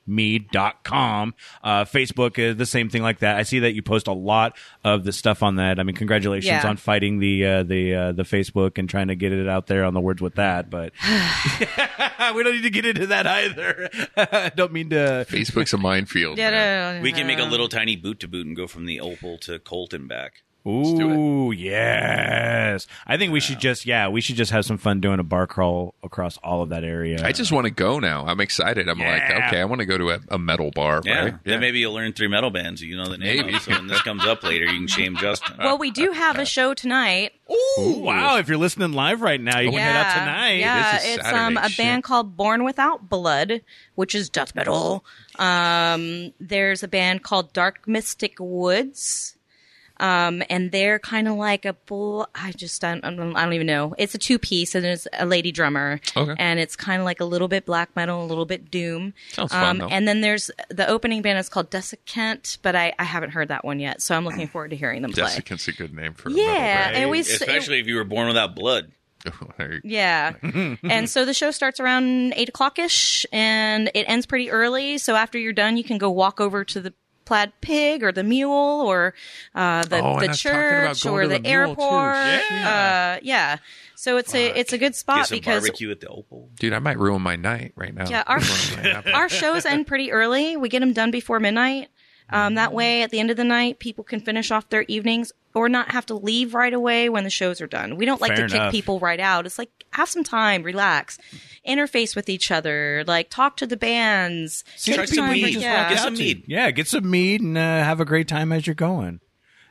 S3: kvltmead.com. Uh, Facebook is the same thing like that. I see that you post a lot of the stuff on that. I mean, congratulations
S4: Yeah.
S3: on fighting the uh, the uh, the Facebook and trying to get it out there on the words with that, but we don't need to get into that either. don't mean to
S2: Facebook's a minefield.
S4: Yeah,
S2: man.
S4: no, no, no,
S1: We can make a
S2: Uh-huh.
S4: no.
S1: little tiny boot to boot and go from the Opal to Colt and back.
S2: do it.
S3: Ooh, yes. I think we should just yeah, we should just have some fun doing a bar crawl across all of that area.
S2: I just want to go now. I'm excited. I'm like,
S3: Yeah.
S2: okay, I want to go to a, a metal bar.
S1: Yeah.
S2: Right?
S1: Then maybe you'll learn three metal bands. You know the name.
S2: Maybe.
S1: Of, so when this comes up later, you can shame Justin.
S2: uh,
S4: Well, we do have a show tonight.
S2: Oh,
S3: Ooh, wow, if you're listening live right now, you can head out tonight.
S4: Yeah,
S2: This is
S4: it's
S2: Saturday.
S4: um a
S2: Shit.
S4: band called Born Without Blood, which is death metal. Um, there's a band called Dark Mystic Woods. Um, and they're kind of like a bl- I just don't, I don't I don't even know. It's a two piece and there's a lady drummer.
S2: Okay.
S4: And it's kind of like a little bit black metal, a little bit doom. Um,
S2: Sounds fun, though.
S4: And then there's the opening band is called Desiccant, but I, I haven't heard that one yet. So I'm looking forward to hearing them play.
S2: Desiccant's a good name for a metal
S4: Yeah,
S2: band.
S4: and we s-
S1: Especially if you were born without blood.
S2: Oh, There you go.
S4: Yeah. and so the show starts around eight o'clock ish and it ends pretty early. So after you're done, you can go walk over to the plaid pig or the mule or uh, the,
S2: Oh, and I
S4: the
S2: was talking about
S4: church
S2: going
S4: or
S2: to
S4: the,
S2: the mule, too.
S4: airport.
S2: Yeah.
S4: Uh, yeah. So it's a it's a good
S1: Get
S4: spot
S1: some
S4: because
S1: barbecue at the Opal.
S2: Dude, I might ruin my night right now.
S4: Yeah, our- our shows end pretty early. We get them done before midnight. Um, that way, at the end of the night, people can finish off their evenings or not have to leave right away when the shows are done. We don't like
S3: Fair
S4: to
S3: enough.
S4: kick people right out. It's like have some time, relax, interface with each other, like talk to the bands.
S3: See,
S1: Try
S4: take
S3: people
S1: some
S4: time-
S3: you
S1: weed.
S3: just
S4: yeah.
S3: walk
S1: Get
S3: out
S1: some
S3: to.
S1: mead.
S3: Yeah, get some mead and uh, have a great time as you're going.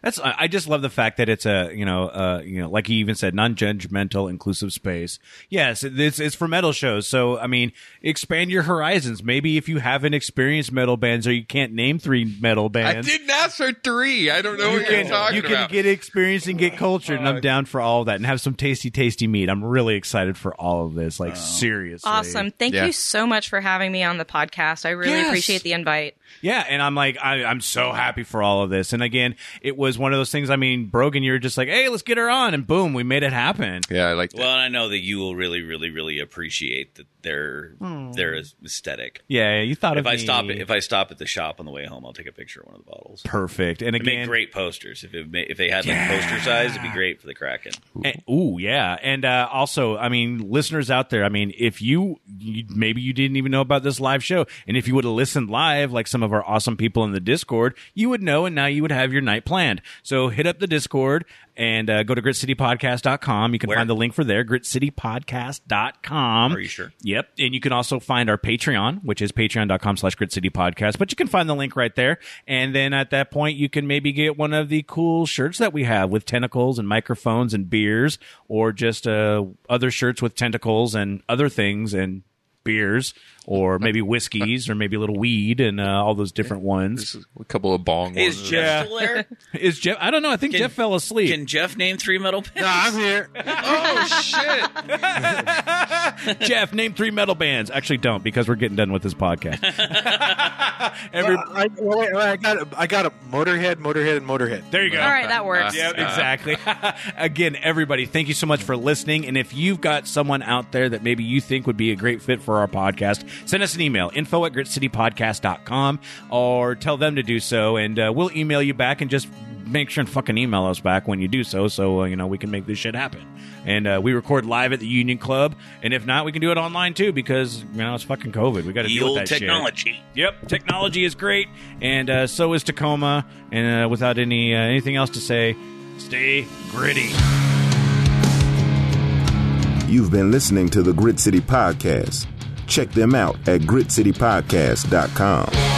S3: That's I I just love the fact that it's a you know uh you know like he even said non-judgmental inclusive space. Yes, it- it's it's for metal shows. So I mean, expand your horizons. Maybe if you haven't experienced metal bands or you can't name three metal
S2: I
S3: bands,
S2: didn't ask for three. I don't know
S3: you
S2: what
S3: can
S2: you're talking
S3: you can
S2: about.
S3: get experience and get cultured,
S1: Uh,
S3: and I'm down for all of that, and have some tasty, tasty meat. I'm really excited for all of this. Like
S1: Oh.
S3: seriously,
S4: Awesome. Thank
S2: Yeah.
S4: you so much for having me on the podcast. I really
S2: Yes.
S4: appreciate the invite.
S3: Yeah, and I'm like, I, I'm so happy for all of this. And again, it was one of those things. I mean, Brogan, you were just like, hey, let's get her on, and boom, we made it happen.
S2: yeah, I like that.
S1: Well, and I know that you will really, really, really appreciate that their
S3: Hmm.
S1: their aesthetic.
S3: Yeah, you thought
S1: If
S3: of
S1: I
S3: me.
S1: stop if I stop at the shop on the way home, I'll take a picture of one of the bottles.
S3: perfect. And
S1: It'd make
S3: again,
S1: great posters. If it ma- if they had like poster size, it'd be great for the Kraken.
S3: And, ooh, yeah, and uh, also, I mean, listeners out there, I mean, if you, you maybe you didn't even know about this live show, and if you would have listened live, like some of our awesome people in the Discord, you would know, and now you would have your night planned. So hit up the Discord and uh, go to gritcitypodcast.com. You can
S1: Where?
S3: find the link for there, gritcitypodcast.com.
S1: Are you sure?
S3: Yep. And you can also find our Patreon, which is patreon.com slash grit city podcast. But you can find the link right there. And then at that point, you can maybe get one of the cool shirts that we have with tentacles and microphones and beers, or just uh, other shirts with tentacles and other things and beers, or maybe whiskeys, or maybe a little weed and uh, all those different
S2: This
S3: ones.
S2: is a couple of bong
S1: Is
S2: ones.
S1: Jeff still there?
S3: Is Jeff? I don't know. I think
S1: Can-
S3: Jeff fell asleep.
S1: Can Jeff name three metal bands?
S6: No, I'm here.
S2: Oh, shit.
S3: Jeff, name three metal bands. Actually, don't because we're getting done with this podcast. Every-
S6: Uh, I, well, wait, wait, I got a, I got a Motorhead, Motorhead, and Motorhead.
S3: there you go.
S4: All right, that works.
S2: Yeah.
S1: Uh-huh.
S3: Yeah, exactly. Again, everybody, thank you so much for listening. And if you've got someone out there that maybe you think would be a great fit for our podcast, send us an email, info at gritcitypodcast.com, or tell them to do so. And uh, we'll email you back and just make sure and fucking email us back when you do so so uh, you know we can make this shit happen and uh, we record live at the union club and if not we can do it online too because you know it's fucking covid we gotta
S1: The
S3: deal with
S1: old
S3: that shit.
S1: technology.
S3: Yep, technology is great, and uh, so is Tacoma. And uh, without any uh, anything else to say, stay gritty.
S7: You've been listening to the Grid City Podcast. Check them out at gritcitypodcast.com.